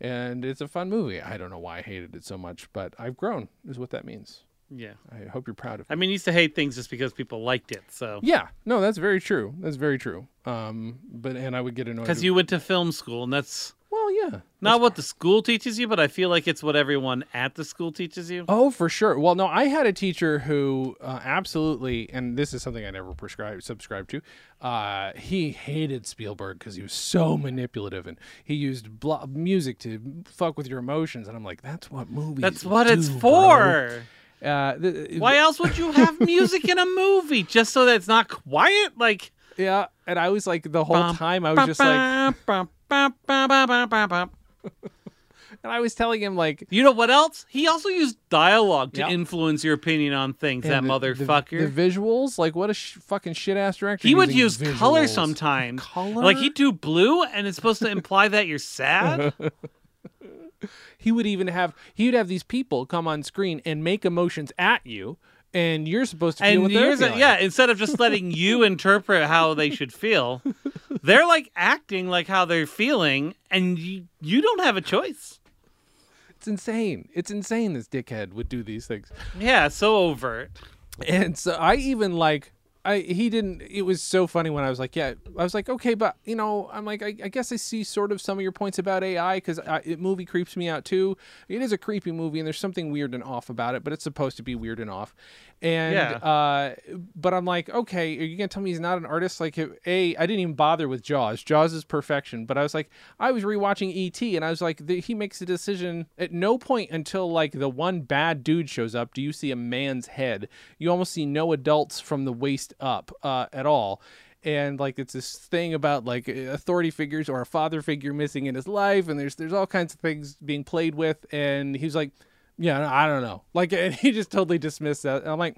and it's a fun movie. I don't know why I hated it so much, but I've grown is what that means. Yeah. I hope you're proud of. I mean, you used to hate things just because people liked it. So Yeah, no, that's very true. That's very true. Um, but and I would get annoyed because if- you went to film school, and that's Well, yeah. not what the school teaches you, but I feel like it's what everyone at the school teaches you. Oh, for sure. Well, no, I had a teacher who uh, absolutely, and this is something I never prescribed, subscribed to. Uh, he hated Spielberg because he was so manipulative, and he used blo- music to fuck with your emotions. And I'm like, that's what movies. That's what it's do, for. bro." Uh, th- Why else would you have music in a movie just so that it's not quiet? Like Yeah, and I was like, the whole Bum, time I was just like, and I was telling him like, You know what else? He also used dialogue to Yeah. influence your opinion on things. that and the- the- motherfucker. The, visuals, like, what a sh- fucking shit ass director. he would use using color visuals. sometimes. Color? Like he'd do blue, and it's supposed to imply that you're sad. he would even have he would have these people come on screen and make emotions at you and you're supposed to feel and what they're yours, feeling. yeah, instead of just letting you interpret how they should feel, they're like acting like how they're feeling, and you, you don't have a choice. it's insane it's insane this dickhead would do these things Yeah, so overt. and so i even like i he didn't it was so funny when i was like yeah i was like okay but you know i'm like i, I guess i see sort of some of your points about ai because it movie creeps me out too it is a creepy movie and there's something weird and off about it but it's supposed to be weird and off and Yeah. uh but i'm like okay are you gonna tell me he's not an artist like a i didn't even bother with jaws jaws is perfection but i was like i was rewatching et and i was like the, he makes a decision at no point until like the one bad dude shows up do you see a man's head you almost see no adults from the waist up uh, at all and like it's this thing about like authority figures or a father figure missing in his life and there's there's all kinds of things being played with and he was like yeah no, i don't know like and he just totally dismissed that and i'm like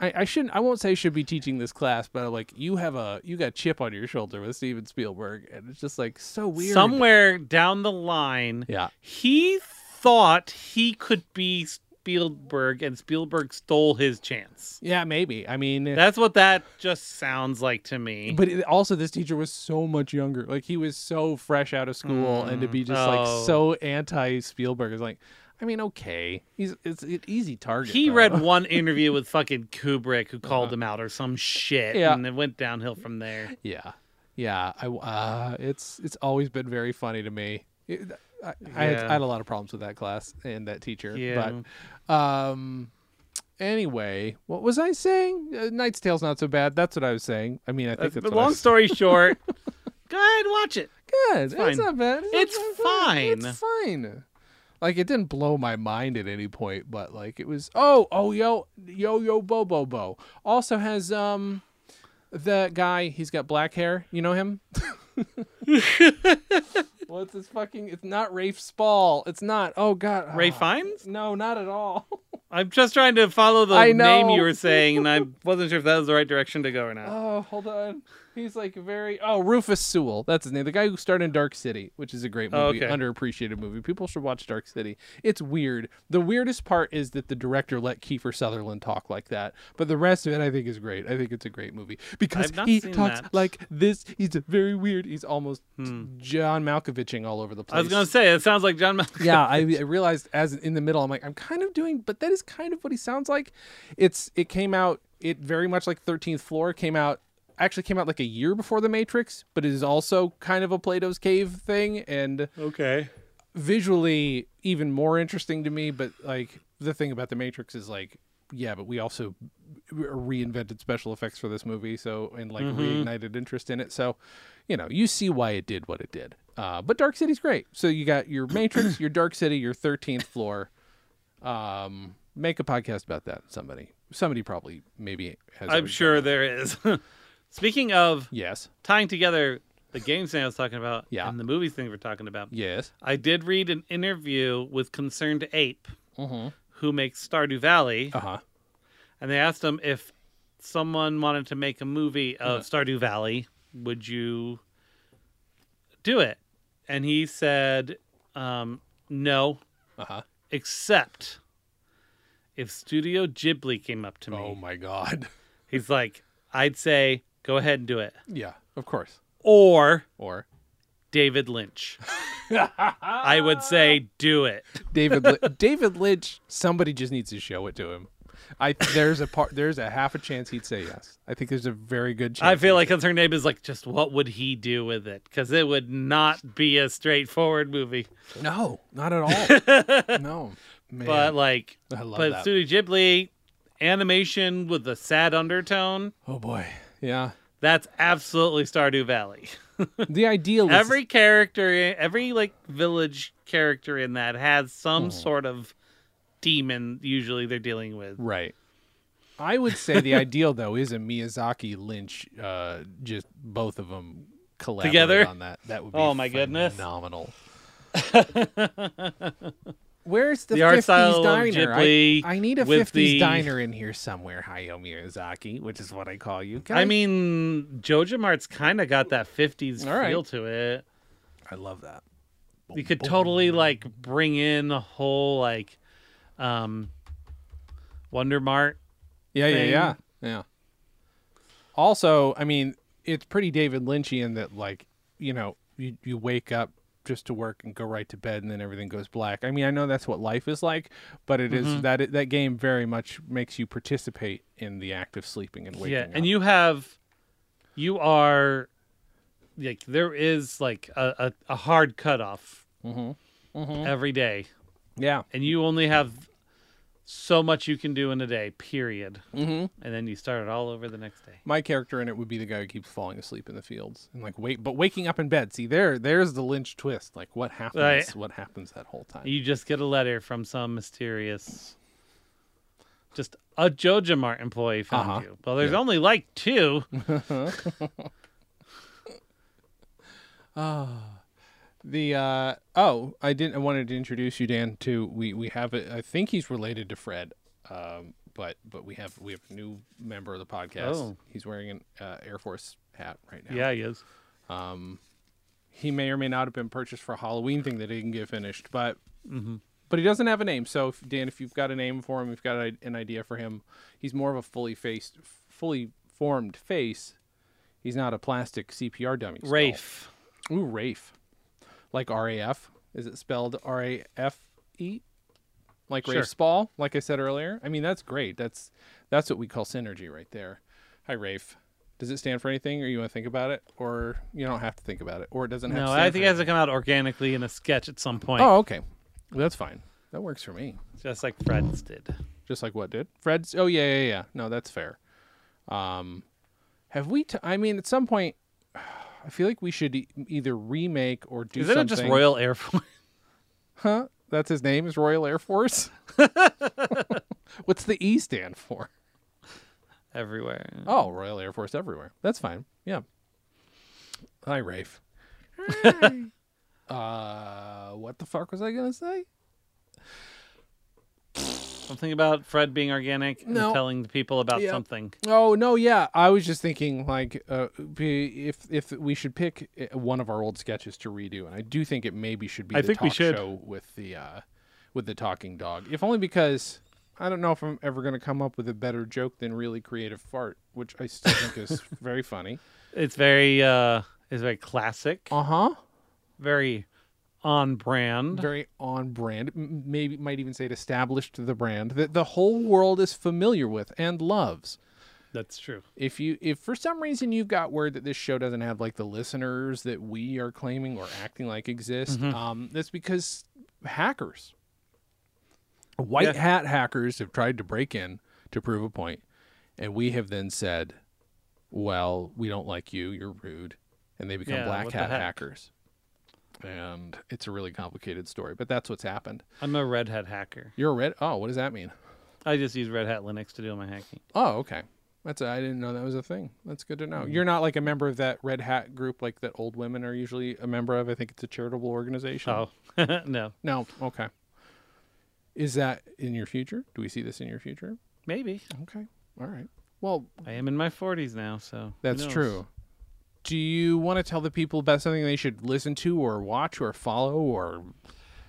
I, I shouldn't I won't say I should be teaching this class, but like you have a you got a chip on your shoulder with Steven Spielberg and it's just like so weird. Somewhere down the line, Yeah. he thought he could be Spielberg, and Spielberg stole his chance. Yeah, maybe. I mean That's what that just sounds like to me. but it, also this teacher was so much younger. Like he was so fresh out of school and to be just oh. like so anti Spielberg is like I mean, okay. He's it's an easy target. He bro. read one interview with fucking Kubrick who called him out or some shit, Uh-huh. Yeah. and it went downhill from there. Yeah. Yeah, I uh it's it's always been very funny to me. It- I, I, had, Yeah. I had a lot of problems with that class and that teacher, Yeah. but Um. Anyway, what was I saying? Uh, Knight's Tale's not so bad. That's what I was saying. I mean, I think But that's what I Uh, long was- story short, go ahead watch it. Good. It's, fine. not bad. not It's bad. fine. It's fine. Like it didn't blow my mind at any point, but like it was. Oh, oh, yo, yo, yo, bo, bo, bo. Also has um, the guy. He's got black hair. You know him. What's his fucking? It's not Rafe Spall. It's not. Oh God. Ray Ah. Fiennes? No, not at all. I'm just trying to follow the I name you know. were saying, and I wasn't sure if that was the right direction to go or not. Oh, hold on. He's like very oh Rufus Sewell. That's his name. The guy who starred in Dark City, which is a great Oh, movie, okay. underappreciated movie. People should watch Dark City. It's weird. The weirdest part is that the director let Kiefer Sutherland talk like that, but the rest of it I think is great. I think it's a great movie because I've not he seen talks that. Hmm. like this. He's very weird. He's almost John Malkoviching all over the place. I was gonna say it sounds like John. Mal- yeah, I, I realized as in the middle, I'm like, I'm kind of doing, but that is kind of what he sounds like. It's it came out it very much like Thirteenth Floor came out actually came out like a year before The Matrix, but it is also kind of a Plato's Cave thing, and okay. visually even more interesting to me. But like the thing about the Matrix is like, yeah, but we also re- reinvented special effects for this movie, so and like reignited interest in it. So, you know, you see why it did what it did. Uh, but Dark City's great. So you got your Matrix, your Dark City, your Thirteenth Floor. Um, make a podcast about that. Somebody, somebody probably maybe I'm has. already sure done that. there is. Speaking of Yes. tying together the games thing I was talking about Yeah. and the movies thing we're talking about, Yes. I did read an interview with Concerned Ape, Mhm. who makes Stardew Valley, Uh huh. and they asked him if someone wanted to make a movie of Stardew Valley, would you do it? And he said, um, no, Uh huh. except if Studio Ghibli came up to me. Oh my God. He's like, I'd say, go ahead and do it. Yeah. Of course. Or Or David Lynch. I would say, do it. David Li- David Lynch. Somebody just needs to show it to him. I there's a part there's a half a chance he'd say yes. I think there's a very good chance. I feel like Concerned Ape is like, just what would he do with it? Because it would not be a straightforward movie. no, not at all. no, man. But like, I love but that. Studio Ghibli animation with the sad undertone. oh boy, yeah. That's absolutely Stardew Valley. The ideal is- Every character, every like village character in that has Hmm. some sort of demon. Usually, they're dealing with. right. I would say the ideal though is a Miyazaki Lynch, uh, just both of them collaborate Together? on that. That would be Oh, my goodness. phenomenal. Where's the, The art 50s style of diner? I- Ghibli I, need a with 50s the- diner in here somewhere, Hayao Miyazaki, which is what I call you. Can I mean, Jojo Mart's kind of got that 50s All right. feel to it. I love that. You could totally like bring in a whole like um Wonder Mart. Yeah, thing. yeah, yeah, yeah. Also, I mean, it's pretty David Lynchian that like you know you you wake up just to work and go right to bed and then everything goes black. I mean, I know that's what life is like, but it Mm-hmm. is that that game very much makes you participate in the act of sleeping and waking yeah, up. and you have you are like there is like a a, a hard cutoff Mm-hmm, every day yeah, and you only have so much you can do in a day, period. Mhm. And then you start it all over the next day. my character in it would be the guy who keeps falling asleep in the fields and like wait, but waking up in bed. See, there there's the Lynch twist. Like what happens? Right. What happens that whole time? You just get a letter from some mysterious, just a Jojo Mart employee found Uh-huh. you. Well, there's only like two. The uh oh, I didn't. I wanted to introduce you, Dan. To we we have a, I think he's related to Fred, um, but but we have we have a new member of the podcast. Oh. He's wearing an uh, Air Force hat right now. yeah, he is. he may or may not have been purchased for a Halloween thing that didn't get finished, but Mm-hmm. but he doesn't have a name. So if, Dan, if you've got a name for him, if you've got a, an idea for him, he's more of a fully faced, fully formed face. He's not a plastic CPR dummy. skull. Rafe. Ooh, Rafe. Like R A F. Is it spelled R A F E? Like Sure. Rafe Spall, like I said earlier. I mean, that's great. That's that's what we call synergy right there. Hi, Rafe. Does it stand for anything, or you want to think about it, or you don't have to think about it, or it doesn't have No, to? I stand think for it has to come out organically in a sketch at some point, anything? Oh, okay. That's fine. That works for me. just like Fred's did. Just like what did Fred's? Oh yeah, yeah, yeah. No, that's fair. Um, have we? T- I mean, at some point, I feel like we should e- either remake or do. Isn't something. it just Royal Air Force? Huh? That's his name is Royal Air Force. What's the E stand for? Everywhere. Oh, Royal Air Force everywhere. That's fine. Yeah. Hi, Rafe. uh, what the fuck was I gonna say? Something about Fred being organic No. and telling the people about Yeah. something. Oh no, yeah. I was just thinking like uh, be- if if we should pick uh, one of our old sketches to redo, and I do think it maybe should be I the think talk we should. show with the uh, with the talking dog, if only because I don't know if I'm ever going to come up with a better joke than really creative fart, which I still think is very funny. It's very, uh, it's very classic, Uh huh. very on brand. Very on brand. M- Maybe might even say it established the brand that the whole world is familiar with and loves. That's true. if you if for some reason you've got word that this show doesn't have like the listeners that we are claiming or acting like exist um that's because hackers white Yeah. hat hackers have tried to break in to prove a point and we have then said well we don't like you you're rude and they become Yeah, black what the hat heck? hackers and it's a really complicated story but that's what's happened I'm a Red Hat hacker. you're a red oh what does that mean I just use Red Hat Linux to do all my hacking. Oh, okay. That's I didn't know that was a thing. That's good to know. You're not like a member of that Red Hat group like that old women are usually a member of. I think it's a charitable organization. Oh no, No, okay. Is that in your future? Do we see this in your future? maybe Okay. All right. Well, I am in my 40s now, so who that's knows? true. Do you want to tell the people about something they should listen to or watch or follow or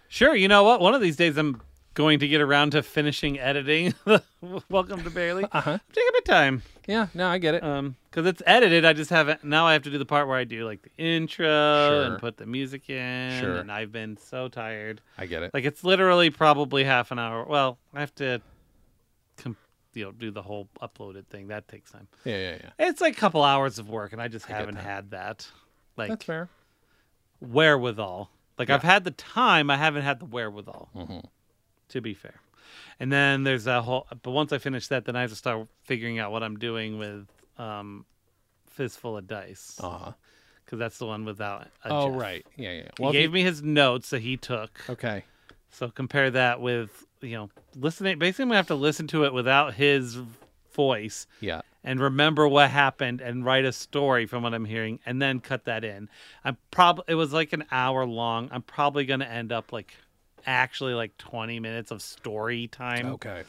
Sure, you know what? One of these days I'm going to get around to finishing editing. Welcome to Barely. Uh-huh. Take a bit of time. Yeah, no, I get it. Um, because it's edited. I just haven't. Now I have to do the part where I do like the intro Sure. and put the music in. Sure. And I've been so tired. I get it. Like it's literally probably half an hour. Well, I have to, com- you know, do the whole uploaded thing. That takes time. yeah, yeah, yeah. It's like a couple hours of work, and I just get haven't that. had that. Like That's fair. wherewithal. Like I've had the time, I haven't had the wherewithal. Mm-hmm. To be fair, and then there's that whole. But once I finish that, then I have to start figuring out what I'm doing with um, fistful of dice because Uh-huh. that's the one without. A Oh, uh, Jeff. right. Yeah, yeah. He Well, if gave you- me his notes that he took. Okay. So compare that with you know listening. Basically, I'm gonna have to listen to it without his voice Yeah. and remember what happened and write a story from what I'm hearing and then cut that in. I'm probably it was like an hour long. I'm probably going to end up like actually like 20 minutes of story time. Okay.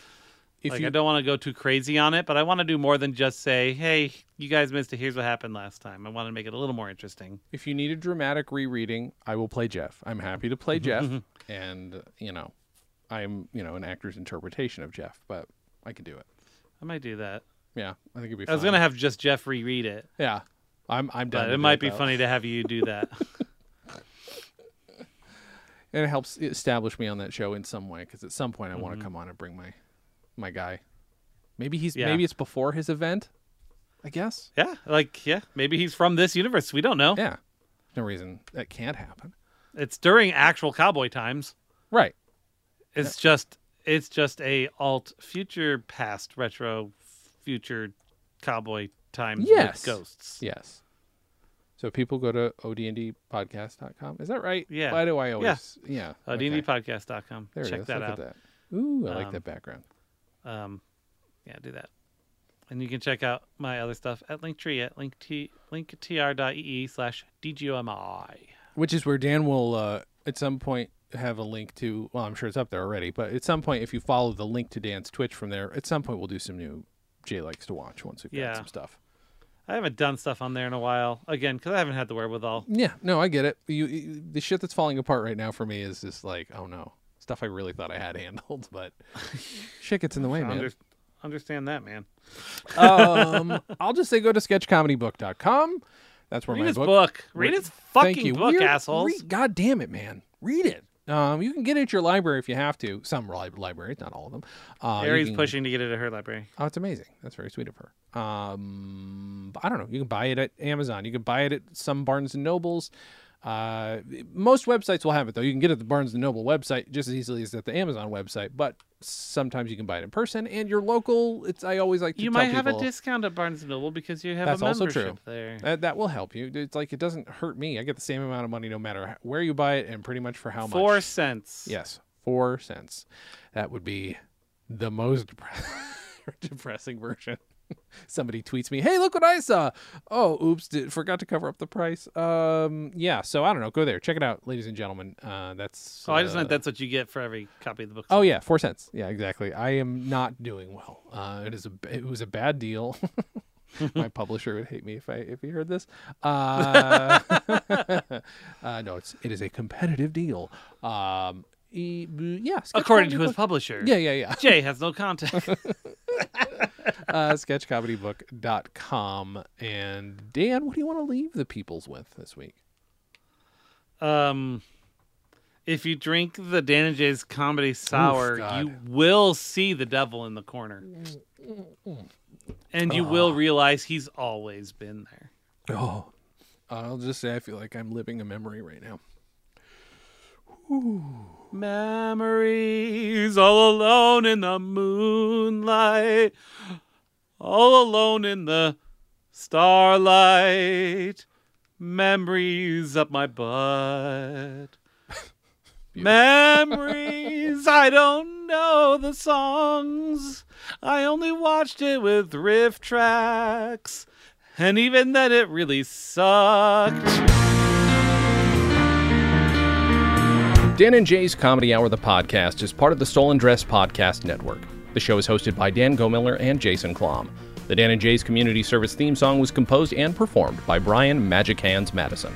Mm. If like you I don't want to go too crazy on it, but I want to do more than just say, "Hey, you guys missed it. Here's what happened last time." I want to make it a little more interesting. if you need a dramatic rereading, I will play Jeff. I'm happy to play Jeff, and you know, I'm you know an actor's interpretation of Jeff, but I can do it. I might do that. Yeah, I think it'd be. I was fine. going to have just Jeff reread it, Yeah, I'm. I'm done. but it might be funny to have you do that. and it helps establish me on that show in some way because at some point I Mm-hmm. want to come on and bring my, my guy. Maybe he's. Yeah. Maybe it's before his event. I guess. yeah, like yeah, maybe he's from this universe. We don't know. Yeah. No reason that can't happen. It's during actual cowboy times. Right. It's just it's just a alt future past retro future cowboy time Yes. with ghosts. Yes. So people go to odndpodcast.com. Is that right? Yeah. Why do I always? Yeah. Uh, okay. dndpodcast.com. There it Check is. that Look out. At that. Ooh, I like Um, that background. Um, yeah, do that. And you can check out my other stuff at Linktree at linkt linktr.ee E slash dgumi. Which is where Dan will, uh, at some point, have a link to. Well, I'm sure it's up there already, but at some point, if you follow the link to Dan's Twitch from there, at some point we'll do some new Jay likes to watch once we've Yeah. got some stuff. I haven't done stuff on there in a while. Again, because I haven't had the wherewithal. Yeah, no, I get it. You, you, the shit that's falling apart right now for me is just like, oh no, stuff I really thought I had handled, but shit gets in the way, man. Under- understand that, man. um, I'll just say go to sketchcomedybook.com. That's where Read my his book. book. Read Re- his fucking Thank you. book, Weird- assholes. read- God damn it, man. Read it. Um, you can get it at your library if you have to. Some li- libraries, not all of them. Uh, you Aries can- pushing to get it at her library. Oh, it's amazing. That's very sweet of her. Um, but I don't know. You can buy it at Amazon. You can buy it at some Barnes and Nobles. Uh, most websites will have it though. You can get it at the Barnes and Noble website just as easily as at the Amazon website. But sometimes you can buy it in person. And your local, it's I always like to You tell might have a people- discount at Barnes and Noble because you have That's a also membership true. there. That, that will help you. It's like it doesn't hurt me. I get the same amount of money no matter h- where you buy it and pretty much for how Four much. cents. Yes, four cents. That would be the most depre- depressing version. Somebody tweets me, "Hey, look what I saw!" Oh, oops, did, forgot to cover up the price. Um, yeah. So I don't know. Go there, check it out, ladies and gentlemen. Uh, that's. Oh, I just uh, meant that's what you get for every copy of the book. Oh yeah, four cents. Yeah, exactly. I am not doing well. Uh, it is a it was a bad deal. My publisher would hate me if I if he heard this. Uh, uh, no, it's it is a competitive deal. Um, e- b- yeah, sketch according comedy to his book. publisher. Yeah, yeah, yeah. Jay has no contact. Uh, sketchcomedybook.com. And Dan, what do you want to leave the peoples with this week? um, if you drink the Dan and Jay's comedy sour, God. you will see the devil in the corner. and you will realize he's always been there. Oh, I'll just say I feel like I'm living a memory right now. Memories all alone in the moonlight, all alone in the starlight. Memories up my butt. Memories, I don't know the songs. I only watched it with riff tracks. And even then, it really sucked. Dan and Jay's Comedy Hour, the podcast, is part of the Stolen Dress Podcast Network. The show is hosted by Dan Gomiller and Jason Klom. The Dan and Jay's community service theme song was composed and performed by Brian Magic Hands Madison.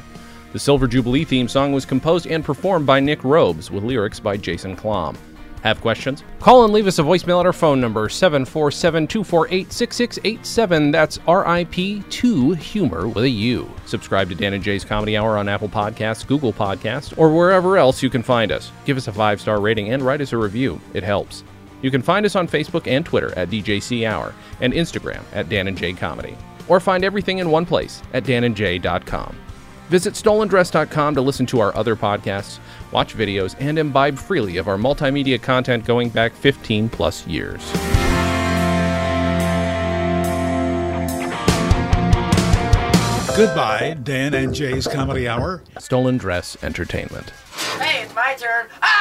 The Silver Jubilee theme song was composed and performed by Nick Robes with lyrics by Jason Klom. Have questions? Call and leave us a voicemail at our phone number, 747 248 6687. That's RIP2 humor with a U. Subscribe to Dan and Jay's Comedy Hour on Apple Podcasts, Google Podcasts, or wherever else you can find us. Give us a five star rating and write us a review. It helps. You can find us on Facebook and Twitter at DJC Hour and Instagram at Dan and Jay Comedy. Or find everything in one place at danandjay.com. Visit stolendress.com to listen to our other podcasts, watch videos, and imbibe freely of our multimedia content going back 15 plus years. Goodbye, Dan and Jay's Comedy Hour. Stolen Dress Entertainment. Hey, it's my turn. Ah!